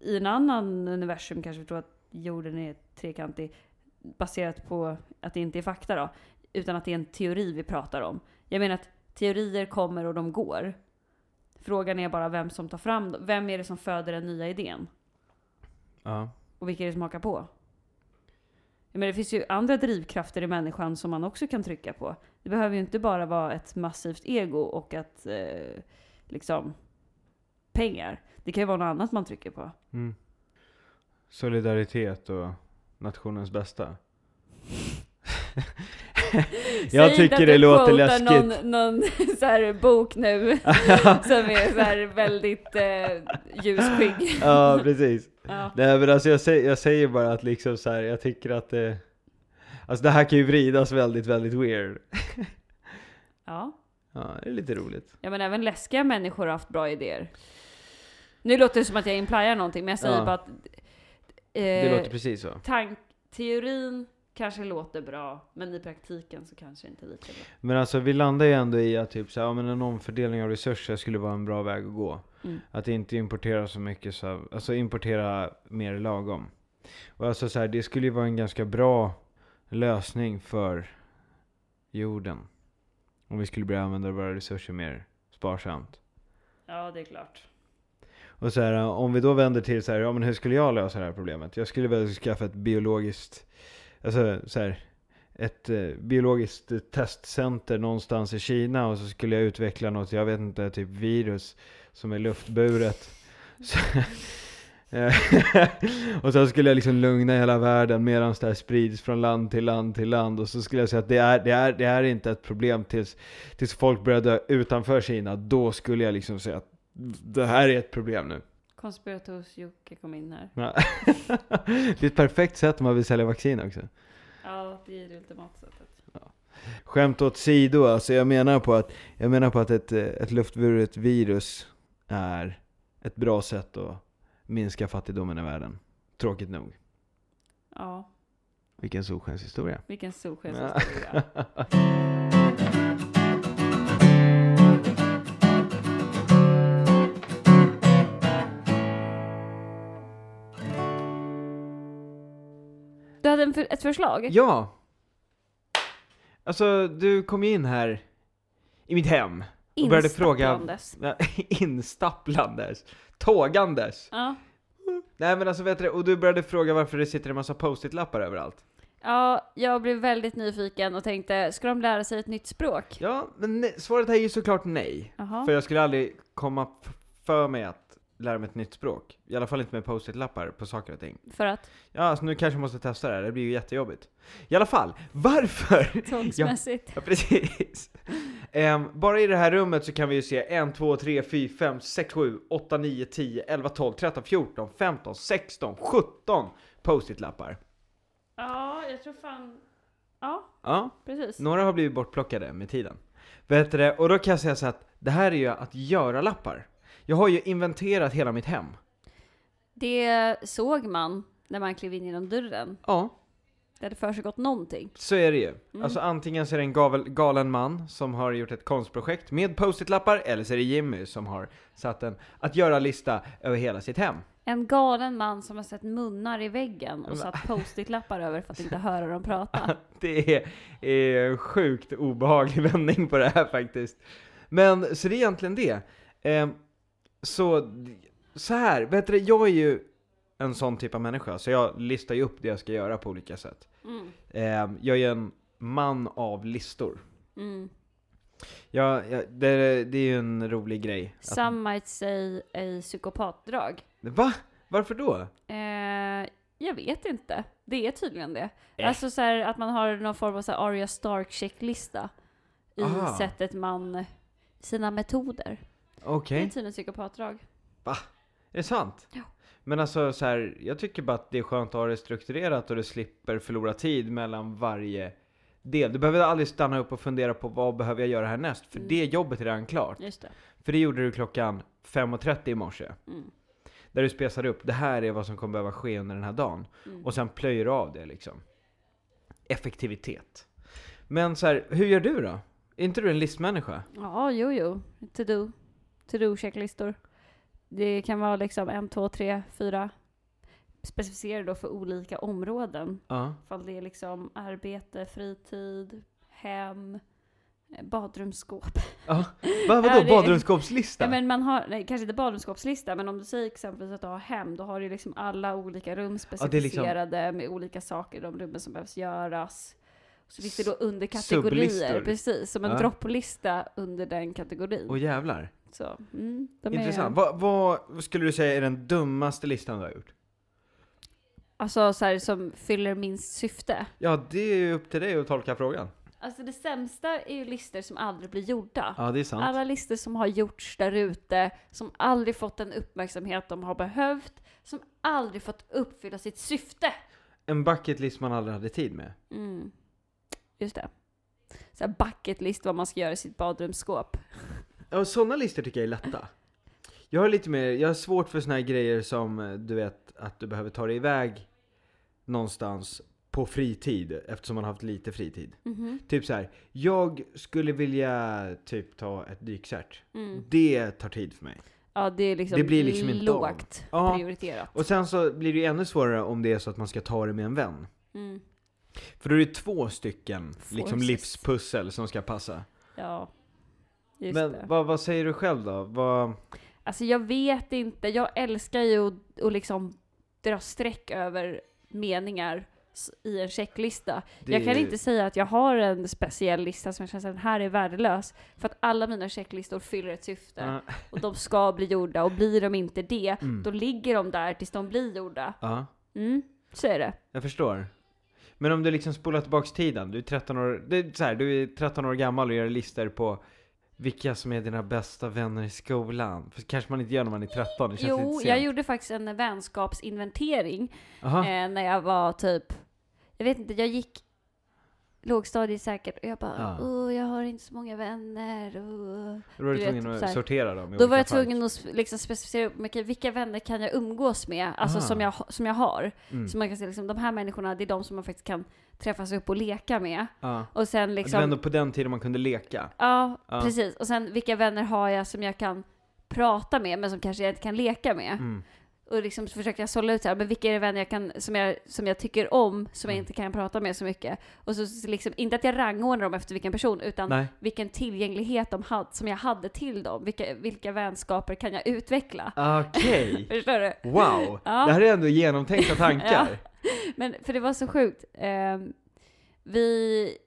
I en annan universum kanske vi tror att jorden är trekantig, baserat på att det inte är fakta då, utan att det är en teori vi pratar om. Jag menar att teorier kommer och de går. Frågan är bara vem som tar fram dem. Vem är det som föder den nya idén?
Ja.
Och vilka är det som hakar på? Men det finns ju andra drivkrafter i människan som man också kan trycka på. Det behöver ju inte bara vara ett massivt ego och att eh, liksom pengar. Det kan ju vara något annat man trycker på.
Mm. Solidaritet och nationens bästa. Jag
Säg inte
tycker
att
det
du
låter
quotar
läskigt.
någon, någon så här bok nu som är så här väldigt eh, ljusskygg.
Ja, precis.
Ja.
Nej men alltså jag säger, jag säger bara att liksom så här, jag tycker att det... Alltså det här kan ju vridas väldigt, väldigt weird.
ja.
Ja, det är lite roligt.
Ja men även läskiga människor har haft bra idéer. Nu låter det som att jag implyar någonting, men jag säger
Ja.
bara att... Eh,
Det låter precis så.
tank, teorin kanske låter bra, men i praktiken så kanske inte lika bra.
Men alltså vi landar ju ändå i att typ så här, ja, men en omfördelning av resurser skulle vara en bra väg att gå.
Mm.
Att inte importera så mycket, så här, alltså importera mer lagom. Och alltså så här, det skulle ju vara en ganska bra lösning för jorden. Om vi skulle börja använda våra resurser mer sparsamt.
Ja, det är klart.
Och så här, om vi då vänder till så här, ja men hur skulle jag lösa det här problemet? Jag skulle väl skaffa ett biologiskt, alltså så här, ett eh, biologiskt eh, testcenter någonstans i Kina och så skulle jag utveckla något, jag vet inte, typ virus som är luftburet. Så, eh, och sen skulle jag liksom lugna hela världen medan det här sprids från land till land till land och så skulle jag säga att det är, det är, det är inte ett problem tills, tills folk börjar dö utanför Kina. Då skulle jag liksom säga att det här är ett problem nu.
Konspiratorisk-Jocke kom in här.
Ja. Det är ett perfekt sätt om man vill sälja vaccin också.
Ja, det är det ultimata sättet.
Skämt åt sido, alltså jag menar på att, jag menar på att ett, eh, ett luftburet virus är ett bra sätt att minska fattigdomen i världen. Tråkigt nog.
Ja,
Vilken solskenshistoria.
vilken solskenshistoria.
Ja.
Du hade en för, ett förslag?
ja! Alltså, du kom ju in här i mitt hem och började fråga...
Instaplandes.
Instapplandes. Tågandes.
Ja.
Nej men alltså vet du det? och du började fråga varför det sitter en massa post-it-lappar överallt.
ja, jag blev väldigt nyfiken och tänkte, ska de lära sig ett nytt språk?
Ja, men ne- svaret här är ju såklart nej.
Jaha.
För jag skulle aldrig komma f- för mig att lära mig ett nytt språk. I alla fall inte med post-it-lappar på saker och ting.
För att?
Ja, alltså nu kanske jag måste testa det här, det blir ju jättejobbigt. I alla fall, varför?
Tvångsmässigt.
Ja, precis. Ehm, bara i det här rummet så kan vi ju se 1, 2, 3, 4, 5, 6, 7, 8, 9, 10, 11, 12, 13, 14, 15, 16, 17 post-it-lappar.
Ja, jag tror fan... Ja,
Ja,
precis.
några har blivit bortplockade med tiden. Vet du det? Och då kan jag säga så att det här är ju att göra-lappar. Jag har ju inventerat hela mitt hem.
Det såg man när man klev in genom dörren.
Ja,
Det hade försiggått någonting.
så är det ju. Alltså antingen så är det en gavel, galen man som har gjort ett konstprojekt med post-it-lappar, eller så är det Jimmy som har satt en att göra-lista över hela sitt hem.
En galen man som har sett munnar i väggen och satt post-it-lappar över för att inte höra dem prata.
Det är, är en sjukt obehaglig vändning på det här faktiskt. Men, så det är egentligen det. Ehm, så, så här, vet du, jag är ju en sån typ av människa, så jag listar ju upp det jag ska göra på olika sätt.
Mm.
Ehm, jag är ju en man av listor.
Mm.
Jag, jag, det, det är ju en rolig grej. Att,
Some might say a psykopatdrag.
va? Varför då?
Eh, jag vet inte. Det är tydligen det.
Eh.
Alltså så här, att man har någon form av så här Arya Stark-checklista i
Aha.
sättet man, sina metoder. Det
Okej,
är tydligen psykopatdrag.
är det sant?
Ja.
Men alltså så här, jag tycker bara att det är skönt att ha det strukturerat och du slipper förlora tid mellan varje del. Du behöver aldrig stanna upp och fundera på vad behöver jag göra härnäst, för
Mm.
det jobbet är redan klart.
Just det.
För det gjorde du klockan 5.30 i morse.
Mm.
Där du spesade upp, det här är vad som kommer behöva ske under den här dagen.
Mm.
Och sen plöjer du av det liksom. Effektivitet. Men så här, hur gör du då? Är inte du en listmänniska?
Ja, jo, jo. To do. To do-checklistor. Det kan vara liksom en, två, tre, fyra. Specificera då för olika områden.
Ja.
Ifall det är liksom arbete, fritid, hem, eh, badrumsskåp.
ja. Va, vadå,
Ja, det-
badrumsskåpslista?
Ja, men man har, nej, kanske inte badrumsskåpslista, men om du säger exempelvis att du har hem, då har du ju liksom alla olika rum
Ja, det är liksom-
specificerade med olika saker i de rummen som behövs göras. Så finns det då
Sublistor.
underkategorier, precis, som en
Ja.
dropplista under den kategorin.
Åh jävlar.
Så, mm, de
Intressant.
Är,
Vad, vad skulle du säga är den dummaste listan du har gjort?
alltså så här, som fyller minst syfte.
Ja, det är ju upp till dig att tolka frågan.
Alltså det sämsta är ju listor som aldrig blir gjorda.
Ja, det är sant.
Alla listor som har gjorts där ute, som aldrig fått den uppmärksamhet de har behövt, som aldrig fått uppfylla sitt syfte.
En bucket list man aldrig hade tid med.
Mm. Just det. Så här bucket list vad man ska göra i sitt badrumsskåp.
Ja, sådana listor tycker jag är lätta. Jag har lite mer, jag har svårt för såna här grejer som eh, du vet att du behöver ta dig iväg någonstans på fritid eftersom man har haft lite fritid.
Mhm.
Typ så här, jag skulle vilja typ ta ett dykcert.
Mm.
Det tar tid för mig.
Ja, det är liksom,
Det blir liksom inte av.
lågt
Ja.
prioriterat.
Och sen så blir det ju ännu svårare om det är så att man ska ta det med en vän.
Mm.
För då är det två stycken liksom
Forces.
livspussel som ska passa.
Ja, just
Men
det.
vad, vad säger du själv då? Vad,
Alltså jag vet inte, jag älskar ju att, att liksom dra streck över meningar s- i en checklista.
det
jag kan
är-
inte säga att jag har en speciell lista som jag känner att den här är värdelös. För att alla mina checklistor fyller ett syfte.
Ja,
Och de ska bli gjorda, och blir de inte det,
Mm.
då ligger de där tills de blir gjorda.
ja,
Mm, så är det.
jag förstår. Men om du liksom spolar tillbaks tiden, du är 13 år, det är så här, du är 13 år gammal och gör listor på vilka som är dina bästa vänner i skolan. För kanske man inte gör när man är 13, det känns lite
Jo,
sent. Ah.
jag gjorde faktiskt en vänskapsinventering
Aha,
eh, när jag var typ, jag vet inte, jag gick lågstadiet säkert och jag bara,
Ja.
åh, jag har inte så många vänner. åh."
då var
du
du
vet,
tvungen
typ
att
så här.
sortera dem
Då
i olika
var jag
fack.
tvungen att sp- liksom specificera upp, men okej, vilka vänner kan jag umgås med, alltså
Ah.
som, jag, ha- som jag har.
Mm.
Så man kan se liksom, de här människorna, det är de som man faktiskt kan träffas upp och leka med.
Ja.
Och sen
Det var ändå
liksom,
på den tiden man kunde leka.
ja,
Ja.
precis. Och sen vilka vänner har jag som jag kan prata med, men som kanske jag inte kan leka med.
Mm.
Och liksom så försökte jag sålla ut så här, men vilka är det vänner jag kan, som, jag, som jag tycker om, som
Mm.
jag inte kan prata med så mycket. Och så- så liksom, inte att jag rangordnar dem efter vilken person, utan
Nej.
vilken tillgänglighet de hade, som jag hade till dem. Vilka, vilka vänskaper kan jag utveckla?
Okej.
Förstår du?
Wow!
Ja.
Det här är ändå genomtänkta tankar.
Men, för det var så sjukt. Ehm, vi,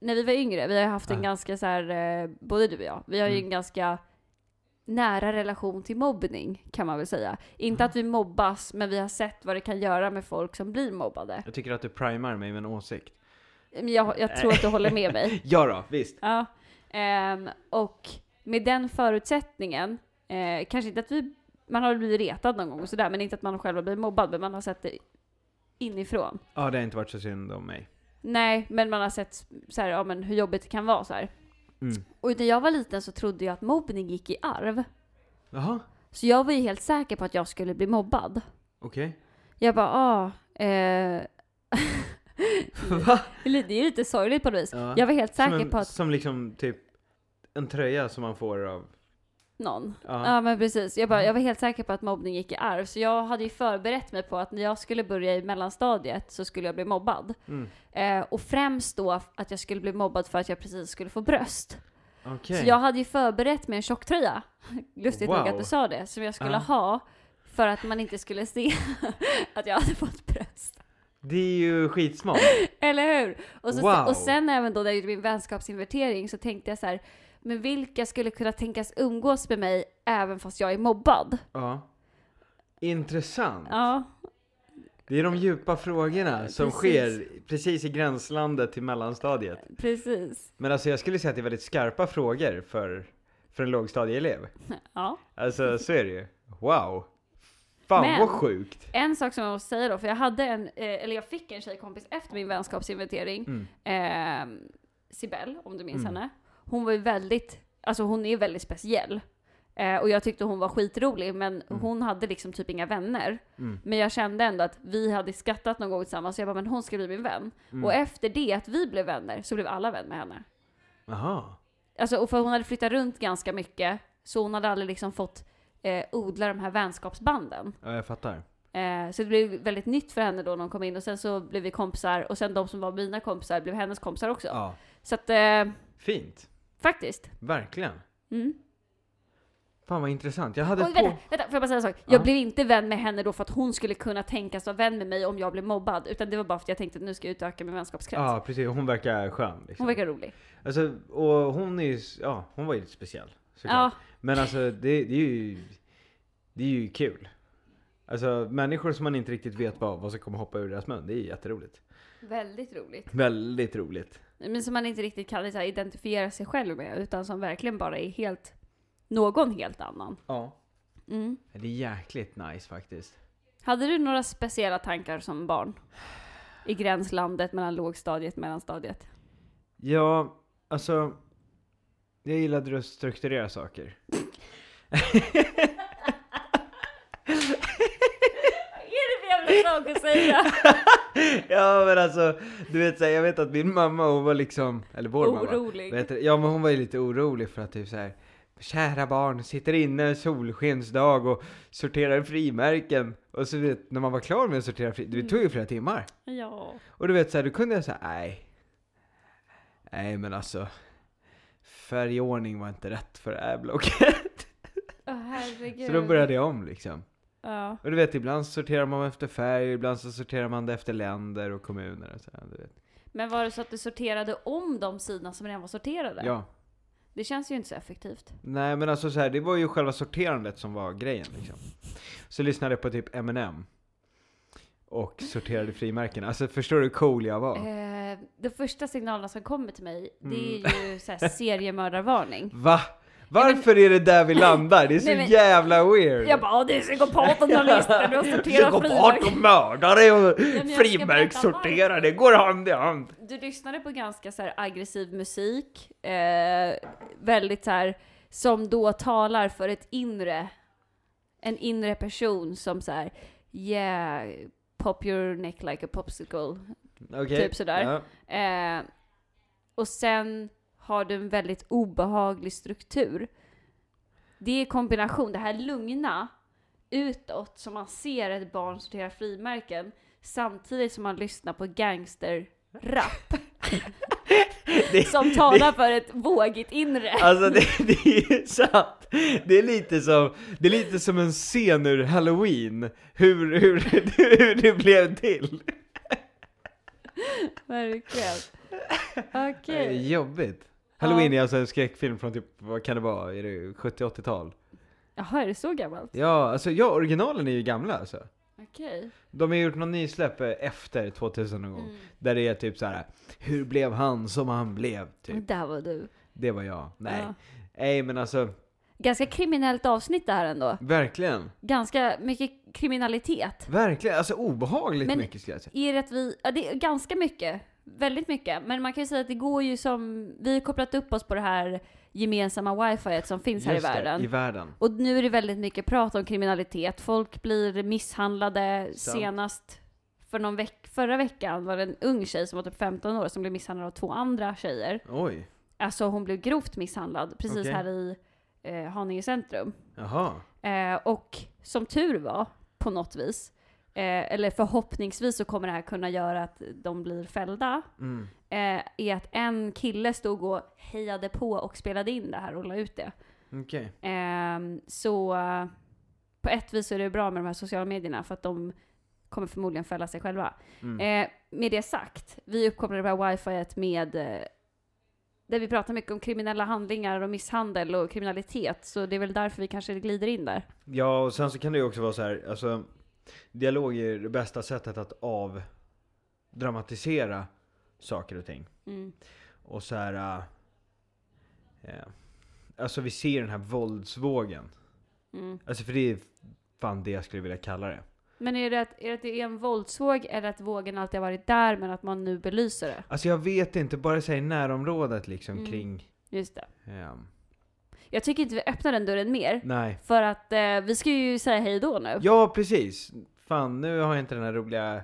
när vi var yngre, vi har haft en
Ah.
ganska så här, eh, både du och jag, vi har ju
Mm.
en ganska nära relation till mobbning kan man väl säga. Inte att vi mobbas, men vi har sett vad det kan göra med folk som blir mobbade.
Jag tycker att du primar mig med en åsikt.
Men jag, jag tror att du håller med mig.
Ja då, visst.
Ja. Ehm, och med den förutsättningen, eh, kanske inte att vi, man har blivit retad någon gång och sådär, men inte att man själv har blivit mobbad, men man har sett det inifrån.
Ja, det har inte varit så synd om mig.
Nej, men man har sett så här, ja, men hur jobbigt det kan vara så här.
Mm.
Och när jag var liten så trodde jag att mobbning gick i arv.
Jaha,
Så jag var ju helt säker på att jag skulle bli mobbad.
okej.
Jag bara, ah, eh,
Va?
det är ju lite sorgligt på något vis.
Ja.
Jag var helt
som,
säker
en,
på att
som liksom typ en tröja som man får av...
någon.
Ja.
Ja men precis. Jag, bara, jag var helt säker på att mobbning gick i arv. Så jag hade ju förberett mig på att när jag skulle börja i mellanstadiet så skulle jag bli mobbad.
Mm.
Eh, och främst då att jag skulle bli mobbad för att jag precis skulle få bröst.
Okej.
Så jag hade ju förberett mig en tjocktröja. Lustigt nog att
Wow. Ah.
du sa det. Som jag skulle
Ja.
ha för att man inte skulle se att jag hade fått bröst.
Det är ju skitsmart.
Eller hur? Och, så,
Wow.
och sen även då när jag gjorde min vänskapsinventering så tänkte jag så här, men vilka skulle kunna tänkas umgås med mig även fast jag är mobbad?
ja. Intressant.
Ja,
Det är de djupa frågorna som
Precis.
sker precis i gränslandet till mellanstadiet.
precis.
Men alltså jag skulle säga att det är väldigt skarpa frågor för, för en lågstadieelev.
Ja.
Alltså så är det ju. Wow. Fan
Men-
vad sjukt.
En sak som jag måste säga då, för jag hade en, eh, eller jag fick en tjejkompis efter min vänskapsinventering,
Mm.
eh, Sibel, om du minns
Mm.
henne. Hon var ju väldigt, alltså hon är väldigt speciell. Eh, och jag tyckte hon var skitrolig, men hon hade liksom typ inga vänner.
Mm.
Men jag kände ändå att vi hade skattat någon gång tillsammans, så jag bara, men hon ska bli min vän.
Mm.
Och efter det, att vi blev vänner, så blev alla vän med henne.
Jaha.
Alltså, och för hon hade flyttat runt ganska mycket, så hon hade aldrig liksom fått eh, odla de här vänskapsbanden.
Ja, jag fattar.
Eh, så det blev väldigt nytt för henne då när hon kom in och sen så blev vi kompisar och sen de som var mina kompisar blev hennes kompisar också.
Ja.
Så att eh,
Fint.
faktiskt.
Verkligen.
Mm.
Fan vad intressant. Jag hade
Och vänta,
på...
vänta, får jag bara säga en sak?
Ja.
Jag blev inte vän med henne då för att hon skulle kunna tänkas vara vän med mig om jag blev mobbad. Utan det var bara för att jag tänkte att nu ska jag utöka min vänskapskrets.
Ja, precis. Hon verkar skön. Liksom.
Hon verkar rolig.
Alltså, och hon är ju... Ja, hon var ju lite speciell.
Ja,
Såklart. Men alltså, det, det är ju... Det är ju kul. Alltså, människor som man inte riktigt vet vad, vad som kommer hoppa ur deras mun. Det är ju jätteroligt.
väldigt roligt.
Väldigt roligt.
Men som man inte riktigt kan så här, identifiera sig själv med utan som verkligen bara är helt, någon helt annan.
Ja.
Mm.
Det är jäkligt nice faktiskt.
Hade du några speciella tankar som barn? I gränslandet mellan lågstadiet och mellanstadiet?
Ja, alltså. Jag gillade att strukturera saker.
Vad är det för jävla sak att säga?
ja men alltså, du vet såhär, jag vet att min mamma hon var liksom, eller vår mamma.
Orolig.
Vet, du, ja men hon var ju lite orolig för att typ såhär, kära barn, sitter inne en solskensdag och sorterar frimärken. Och så vet, när man var klar med att sortera frimärken, det tog ju flera timmar.
Ja.
Och du vet såhär, då kunde jag säga nej. Nej men alltså, färgordning var inte rätt för det här blocket.
Åh herregud.
Så då började jag om liksom.
Ja.
Och du vet, ibland sorterar man efter färg, ibland så sorterar man det efter länder och kommuner och så här, du vet.
Men var det så att du sorterade om de sidorna som redan var sorterade?
Ja.
Det känns ju inte så effektivt.
Nej men alltså så här, det var ju själva sorterandet som var grejen liksom. Så lyssnade jag på typ M&M Och sorterade frimärken. Alltså förstår du hur cool jag var?
Eh, de första signalerna som kommer till mig, det
Mm.
är ju så här seriemördarvarning.
Va? Varför är det där vi landar? Det är så
Nej, men-
jävla weird!
Jag bara "Åh, du är psykopat om du har listor, du har sorterat
Psykopat
frimärken.
och mördare och
jag ska berätta
frimärkssorterare, det går hand i hand!
Du lyssnade på ganska så här aggressiv musik, eh, väldigt så här, som då talar för ett inre, en inre person som så här, yeah, pop your neck like a popsicle.
Okej.
Typ sådär.
Ja.
Eh, och sen har du en väldigt obehaglig struktur. Det är i kombination, det här lugna utåt som man ser ett barn sortera frimärken samtidigt som man lyssnar på gangsterrap
Det-
som talar för ett vågigt inre.
Alltså det, det är ju sant! Det är lite som, det är lite som en scen ur Halloween, hur, hur, hur det blev till.
Verkligen. Okej.
Det är jobbigt. Halloween är alltså en skräckfilm från typ, vad kan det vara, är det 70-80-tal?
Jaha, är det så gammalt?
Ja, alltså ja, originalen är ju gamla alltså.
Okej.
De har gjort någon nysläpp eh, efter 2000 någon gång,
Mm.
där det är typ så här: hur blev han som han blev?
Och
Typ.
Där var du.
Det var jag. Nej.
Mm. Ja.
Nej men alltså,
Ganska kriminellt avsnitt det här ändå.
verkligen.
Ganska mycket kriminalitet.
Verkligen, alltså obehagligt
Men-
mycket skulle jag säga.
Är det att vi, ja det är ganska mycket Väldigt mycket. Men man kan ju säga att det går ju som, vi har kopplat upp oss på det här gemensamma wifi som finns här i
Just det,
världen.
I världen.
Och nu är det väldigt mycket prat om kriminalitet. Folk blir misshandlade
Sant.
senast för någon veck, förra veckan var det en ung tjej som var typ 15 år som blev misshandlad av två andra tjejer.
Oj.
Alltså hon blev grovt misshandlad precis
Okej.
här i eh, Haninge centrum.
Jaha.
Eh, och som tur var, på något vis, eh, eller förhoppningsvis så kommer det här kunna göra att de blir fällda,
Mm.
eh, är att en kille stod och hejade på och spelade in det här och la ut det.
Okej.
Ehm, så eh, på ett vis är det bra med de här sociala medierna för att de kommer förmodligen fälla sig själva.
Mm.
Eh, med det sagt, vi uppkopplar det här wifiet med eh, där vi pratar mycket om kriminella handlingar och misshandel och kriminalitet, så det är väl därför vi kanske glider in där.
Ja, och sen så kan det ju också vara så här, alltså dialog är det bästa sättet att avdramatisera saker och ting.
Mm.
Och så här, eh, eh, alltså vi ser den här våldsvågen.
Mm.
Alltså för det är fan det jag skulle vilja kalla det.
Men är det, att, är det att det är en våldsvåg eller att vågen alltid har varit där men att man nu belyser det?
Alltså jag vet inte, bara säg närområdet liksom
Mm.
kring,
Just det.
ehm,
Jag tycker inte vi öppnar den dörren mer.
nej.
För att eh, vi ska ju säga hej då nu.
Ja, precis. Fan, nu har jag inte den här roliga...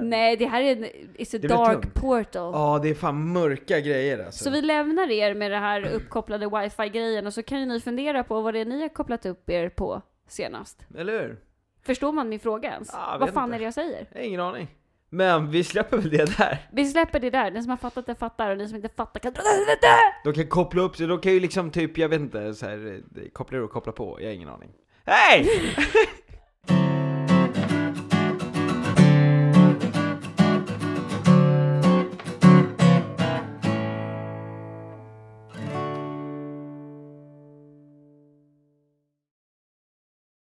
Nej, det här är en it's a
blir
dark
tungt.
portal.
Ja, det är fan mörka grejer alltså.
Så vi lämnar er med det här uppkopplade wifi-grejen och så kan ju ni fundera på vad det är ni har kopplat upp er på senast.
Eller hur?
Förstår man min fråga ens?
Ja, jag
vad
vet
fan
inte.
är det jag säger?
Jag har ingen aning. Men vi släpper väl det där.
Vi släpper det där, den som har fattat det fattar och ni som inte fattar kan dra åt helvete!
De kan koppla upp sig, de kan ju liksom typ, jag vet inte, så här, eh, koppla ur och koppla på, jag har ingen aning. Hej!